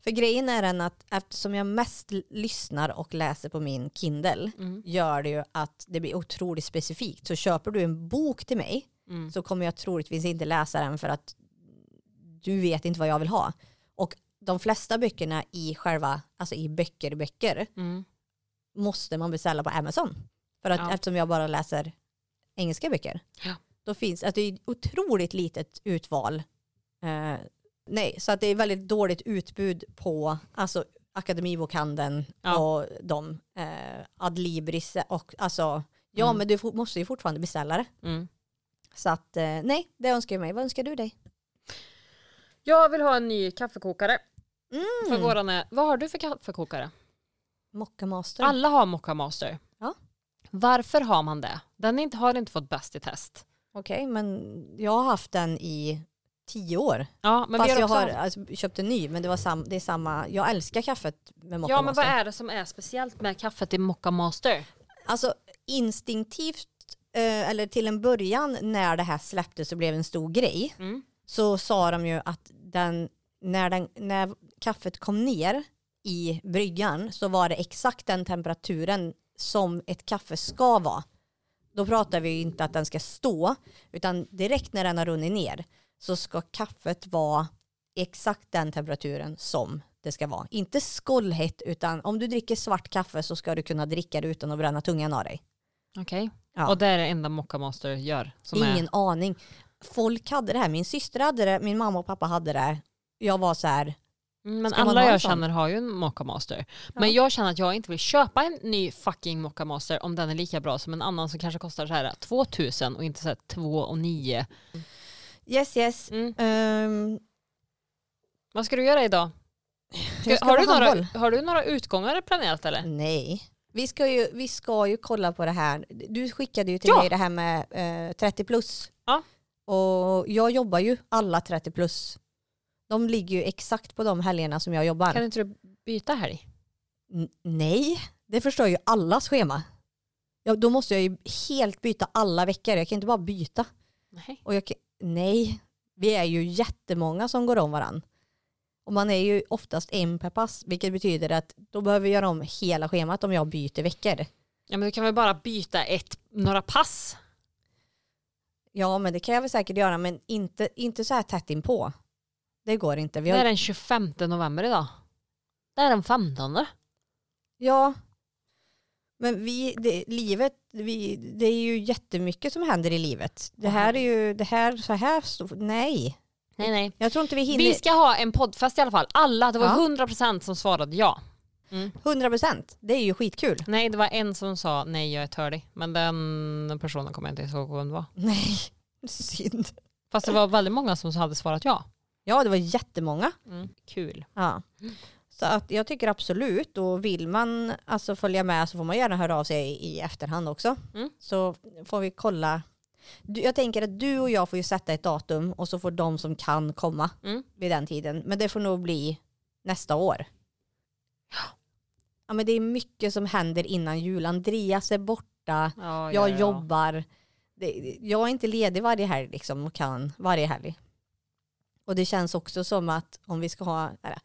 S1: För grejen är den att eftersom jag mest l- lyssnar och läser på min Kindle
S2: Mm.
S1: gör det ju att det blir otroligt specifikt. Så köper du en bok till mig
S2: Mm.
S1: så kommer jag troligtvis inte läsa den för att du vet inte vad jag vill ha. Och de flesta böckerna i själva, alltså i böcker, böcker
S2: Mm.
S1: måste man beställa på Amazon. För att
S2: Ja.
S1: eftersom jag bara läser engelska böcker.
S2: Ja.
S1: Då finns, att det är otroligt litet utval. Eh, nej, så att det är väldigt dåligt utbud på alltså, Akademibokhandeln
S2: Ja.
S1: och de eh, Adlibris och alltså ja
S2: Mm.
S1: men du fo- måste ju fortfarande beställa det.
S2: Mm.
S1: Så att eh, nej, det önskar jag mig. Vad önskar du dig?
S2: Jag vill ha en ny kaffekokare.
S1: Mm.
S2: För våran är, vad har du för kaffekokare?
S1: Mocka Master.
S2: Alla har Mocca Master.
S1: Ja.
S2: Varför har man det? Den är inte, har inte fått bäst i test.
S1: Okej, men jag har haft den i tio år.
S2: Ja, men vi
S1: Fast
S2: har
S1: jag
S2: också
S1: har alltså, köpt en ny men det, var sam, det är samma, jag älskar kaffet med Mocca
S2: Ja men
S1: Master.
S2: vad är det som är speciellt med kaffet i Mocca Master?
S1: Alltså instinktivt, eh, eller till en början när det här släpptes och blev en stor grej
S2: Mm.
S1: så sa de ju att den, när, den, när kaffet kom ner i bryggan så var det exakt den temperaturen som ett kaffe ska vara. Då pratar vi ju inte att den ska stå utan direkt när den har runnit ner så ska kaffet vara exakt den temperaturen som det ska vara. Inte skållhett utan om du dricker svart kaffe så ska du kunna dricka det utan att bränna tungan av dig.
S2: Okej.
S1: Ja.
S2: Och det är det enda Mocca Master gör. Som är...
S1: Ingen aning. Folk hade det här, min syster hade det, min mamma och pappa hade det. Jag var så här,
S2: Mm, Men
S1: Ska man
S2: alla
S1: ha en
S2: jag
S1: sån?
S2: känner har ju en Mocca Master. Men jag känner att jag inte vill köpa en ny fucking Mocca Master om den är lika bra som en annan som kanske kostar så här 2000 och inte så här 2 och 9.
S1: yes yes.
S2: Mm.
S1: Ehm,
S2: Vad ska du göra idag? Ska,
S1: jag ska
S2: har,
S1: på
S2: du några,
S1: handboll.
S2: har du några utgångar planerat eller?
S1: Nej. Vi ska, ju, vi ska ju kolla på det här. Du skickade ju till
S2: Ja.
S1: mig det här med eh, 30 plus.
S2: Ja.
S1: Och jag jobbar ju alla 30 plus. De ligger ju exakt på de helgerna som jag jobbar.
S2: Kan inte du byta helg?
S1: N- Nej, det förstör ju allas schema. Ja, då måste jag ju helt byta alla veckor. Jag kan inte bara byta.
S2: Nej.
S1: Och jag, kan- nej, vi är ju jättemånga som går om varann. Och man är ju oftast en per pass, vilket betyder att då behöver vi göra om hela schemat om jag byter veckor.
S2: Ja men du kan väl bara byta ett, några pass?
S1: Ja, men det kan jag väl säkert göra, men inte, inte så här tätt inpå. Det går inte. Vi
S2: Det är
S1: har,
S2: den 25 november idag. Det är den 15.
S1: ja, men vi, det, livet, vi, det är ju jättemycket som händer i livet. Det här är ju, det här, så här, så, nej.
S2: Nej nej.
S1: Jag tror inte vi hinner,
S2: Vi ska ha en poddfest i alla fall. Alla, det var
S1: Ja.
S2: 100% som svarade ja.
S1: 100 procent, det är ju skitkul.
S2: Nej det var en som sa nej jag är tördig. Men den personen kommer jag inte ihåg vem det var.
S1: Nej, synd.
S2: Fast det var väldigt många som hade svarat ja.
S1: Ja, det var jättemånga.
S2: Mm. Kul.
S1: Ja. Så att jag tycker absolut, och vill man alltså följa med så får man gärna höra av sig i efterhand också.
S2: Mm.
S1: Så får vi kolla. Du, jag tänker att du och jag får ju sätta ett datum och så får de som kan komma
S2: Mm.
S1: vid den tiden. Men det får nog bli nästa år. Ja men det är mycket som händer innan jul. Andreas är borta,
S2: Ja,
S1: jag jobbar. Det, jag är inte ledig varje helg liksom och kan varje helg. Och det känns också som att om vi ska ha, eller,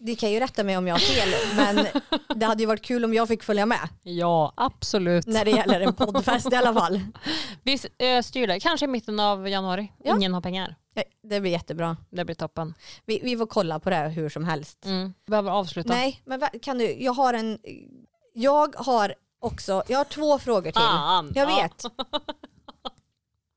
S1: ni kan ju rätta mig om jag har fel, men det hade ju varit kul om jag fick följa med
S2: Ja absolut.
S1: när det gäller en poddfest i alla fall.
S2: Vi eh, styr det. Kanske i mitten av januari.
S1: Ja.
S2: Ingen har pengar.
S1: Ja, Det blir jättebra.
S2: Det blir toppen.
S1: Vi, vi får kolla på det här hur som helst.
S2: Mm. Behöver avsluta.
S1: Nej, men va- kan du, jag har en, jag har också, jag har två frågor till.
S2: Fan,
S1: Jag
S2: ja.
S1: vet.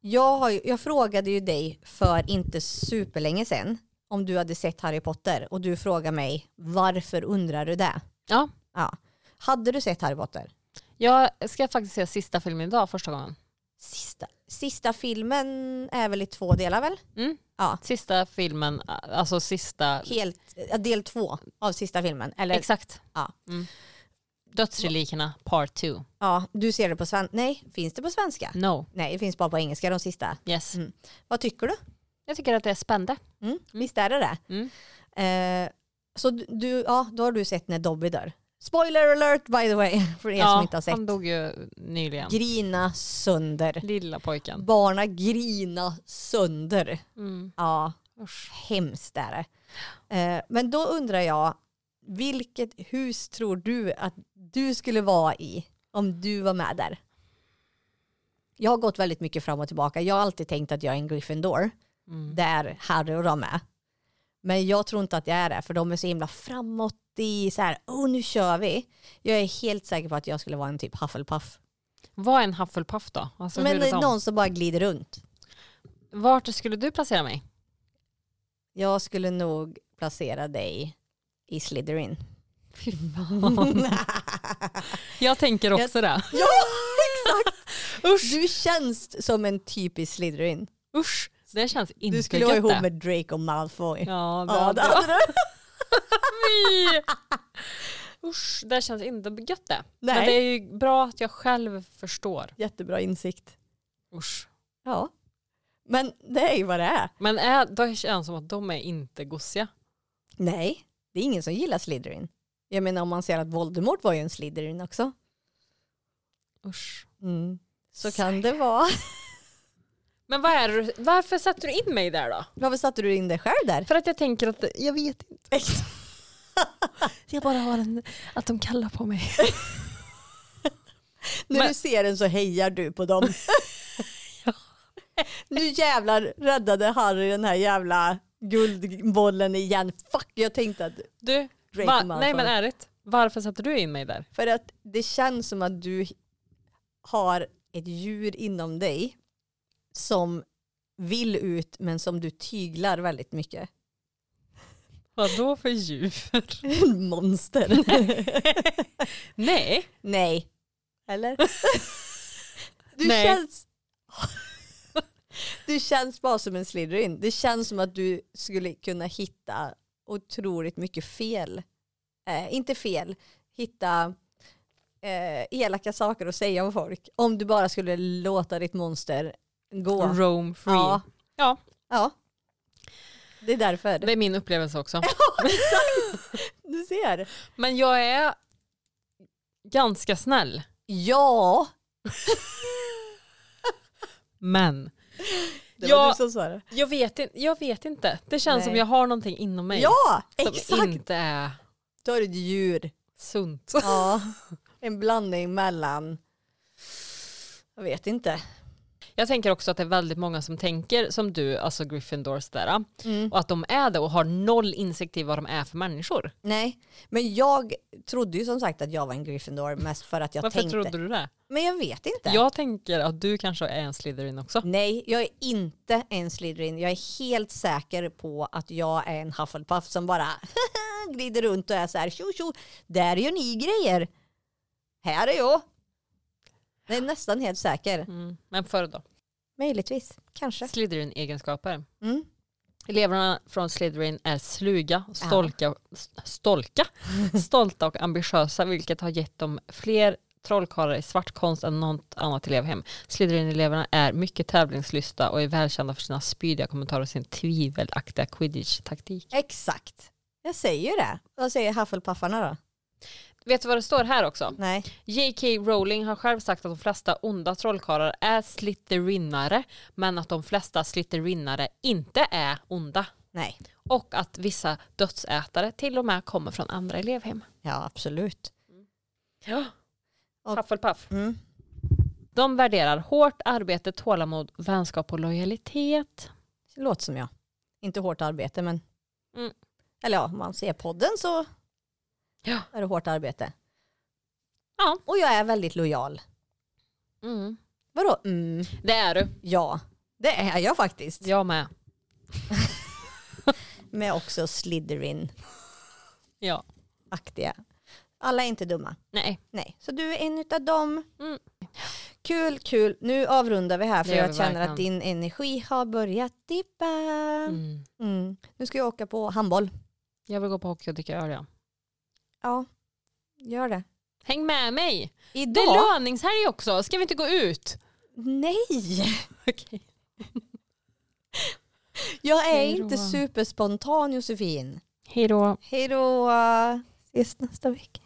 S1: Jag, har, ju- jag frågade ju dig för inte superlänge sedan om du hade sett Harry Potter och du frågar mig varför undrar du det?
S2: Ja.
S1: Ja. Hade du sett Harry Potter?
S2: Jag ska faktiskt se sista filmen idag första gången.
S1: Sista, sista filmen är väl i två delar väl?
S2: Mm.
S1: Ja.
S2: Sista filmen, alltså sista.
S1: Helt, ja, del två av sista filmen. Eller,
S2: Exakt.
S1: Ja.
S2: Mm. Dödsrelikerna part 2.
S1: ja, du ser det på
S2: Mm.
S1: svenska. Nej, finns det på svenska?
S2: No.
S1: Nej, det finns bara på engelska de sista.
S2: Yes.
S1: Mm. Vad tycker du?
S2: Jag Jag tycker att det är spännande.
S1: Mm. Visst är det det?
S2: Mm.
S1: Eh, så du- du, ja, då har du sett när Dobby dör. Spoiler alert by the way, för er som inte har sett.
S2: han dog ju nyligen.
S1: Grina sönder.
S2: Lilla pojken.
S1: Barna grina sönder.
S2: Mm.
S1: Ja,
S2: Usch.
S1: hemskt är det. Eh, men då undrar jag, vilket hus tror du att du skulle vara i om du var med där? Jag har gått väldigt mycket fram och tillbaka. Jag har alltid tänkt att jag är en Gryffindor,
S2: Mm.
S1: där Harry och de är. Men jag tror inte att jag är det, för de är så himla framåt i så här, oh nu kör vi. Jag är helt säker på att jag skulle vara en typ Hufflepuff.
S2: Vad är en Hufflepuff då? Alltså,
S1: men
S2: hur är
S1: det är
S2: de?
S1: någon som bara glider runt.
S2: Vart skulle du placera mig?
S1: Jag skulle nog placera dig i Slytherin.
S2: Fy fan. jag tänker också det.
S1: ja, exakt! Du känns som en typisk Slytherin.
S2: Usch, det känns inte
S1: Du skulle vara
S2: gött
S1: ihop
S2: det.
S1: med Draco Malfoy.
S2: Ja, det
S1: Ja,
S2: hade
S1: det
S2: jag.
S1: hade du.
S2: Usch, det känns inte gött det. Men
S1: Nej.
S2: det är ju bra att jag själv förstår.
S1: Jättebra insikt.
S2: Usch.
S1: Ja. Men det är ju vad det är.
S2: Men är, då känns det som att de är inte gosiga.
S1: Nej, det är ingen som gillar Slytherin. Jag menar om man ser att Voldemort var ju en Slytherin också.
S2: Usch.
S1: Mm. Så kan det vara.
S2: Men vad är, det- varför satte du in mig där då?
S1: Varför satte du in dig själv där?
S2: För att jag tänker att, jag vet inte. Jag bara har en, att de kallar på mig.
S1: När
S2: Men-
S1: du ser den så hejar du på dem. nu jävlar räddade Harry den här jävla guldbollen igen. Fuck, jag tänkte att...
S2: Du,
S1: Draco
S2: va, nej
S1: Malfoy.
S2: men ärligt. Varför satte du in mig där?
S1: För att det känns som att du har ett djur inom dig som vill ut men som du tyglar väldigt mycket.
S2: Vadå för djur?
S1: Monster.
S2: nej.
S1: Nej. Eller? Du
S2: Nej.
S1: känns... Du känns bara som en Slytherin. Det känns som att du skulle kunna hitta otroligt mycket fel. Eh, inte fel, hitta eh, elaka saker att säga om folk. Om du bara skulle låta ditt monster gå.
S2: Roam free.
S1: Ja.
S2: Ja.
S1: ja. Det är därför.
S2: Det är min upplevelse också.
S1: Du ser.
S2: Men jag är ganska snäll.
S1: Ja.
S2: Men
S1: Det var
S2: Ja.
S1: du som sa det.
S2: jag vet, in, jag vet inte. Det känns
S1: Nej.
S2: som jag har någonting inom mig
S1: Ja,
S2: som
S1: exakt.
S2: inte är
S1: Då är du ett djur.
S2: sunt.
S1: Ja, en blandning mellan, jag vet inte.
S2: Jag tänker också att det är väldigt många som tänker som du, alltså Gryffindors där.
S1: Mm.
S2: Och att de är det och har noll insikt i vad de är för människor.
S1: Nej, men jag trodde ju som sagt att jag var en Gryffindor mest för att jag
S2: Varför
S1: tänkte.
S2: trodde du det?
S1: Men jag vet inte.
S2: Jag tänker att du kanske är en Slytherin också.
S1: Nej, jag är inte en Slytherin. Jag är helt säker på att jag är en Hufflepuff som bara glider runt och är så här tjo tjo, där gör ni grejer. Här är jag. Jag är nästan helt säker.
S2: Mm. Men förr då?
S1: Möjligtvis, kanske.
S2: Slytherin-egenskaper.
S1: Mm.
S2: Eleverna från Slytherin är sluga, stolka, st- stolka, stolta och ambitiösa vilket har gett dem fler trollkarlar i svart konst än något annat elevhem. Slytherin-eleverna är mycket tävlingslysta och är välkända för sina spydiga kommentarer och sin tvivelaktiga quidditch-taktik.
S1: Exakt. Jag säger ju det. Vad säger Hufflepuffarna då?
S2: Vet du vad det står här också?
S1: Nej.
S2: J.K. Rowling har själv sagt att de flesta onda trollkarlar är slytherinare men att de flesta slytherinare inte är onda.
S1: Nej.
S2: Och att vissa dödsätare till och med kommer från andra elevhem.
S1: Ja, absolut.
S2: Ja.
S1: Och-
S2: Hufflepuff.
S1: Mm.
S2: De värderar hårt arbete, tålamod, vänskap och lojalitet.
S1: Det låter som jag. Inte hårt arbete, men...
S2: Mm.
S1: Eller ja, om man ser podden så
S2: Ja.
S1: är det hårt arbete.
S2: Ja.
S1: Och jag är väldigt lojal. Vadå? Mm,
S2: Det är du.
S1: ja, det är jag faktiskt.
S2: Jag med.
S1: Med också Slytherin-aktiga.
S2: Ja.
S1: Alla är inte dumma.
S2: Nej.
S1: Nej, så du är en utav dem.
S2: Mm.
S1: Kul, kul. Nu avrundar vi här för
S2: Det gör
S1: jag
S2: vi
S1: känner
S2: verkligen.
S1: att din energi har börjat dippa.
S2: Mm.
S1: Mm. Nu ska jag åka på handboll.
S2: Jag vill gå på hockey och dricka öl ja.
S1: Ja, gör det.
S2: Häng med mig! Det
S1: Idag?
S2: är löningshelg också, ska vi inte gå ut?
S1: Nej!
S2: Okej.
S1: Jag är
S2: Hej då.
S1: inte superspontan Josefin.
S2: Hej då.
S1: Hej då. Ses nästa vecka.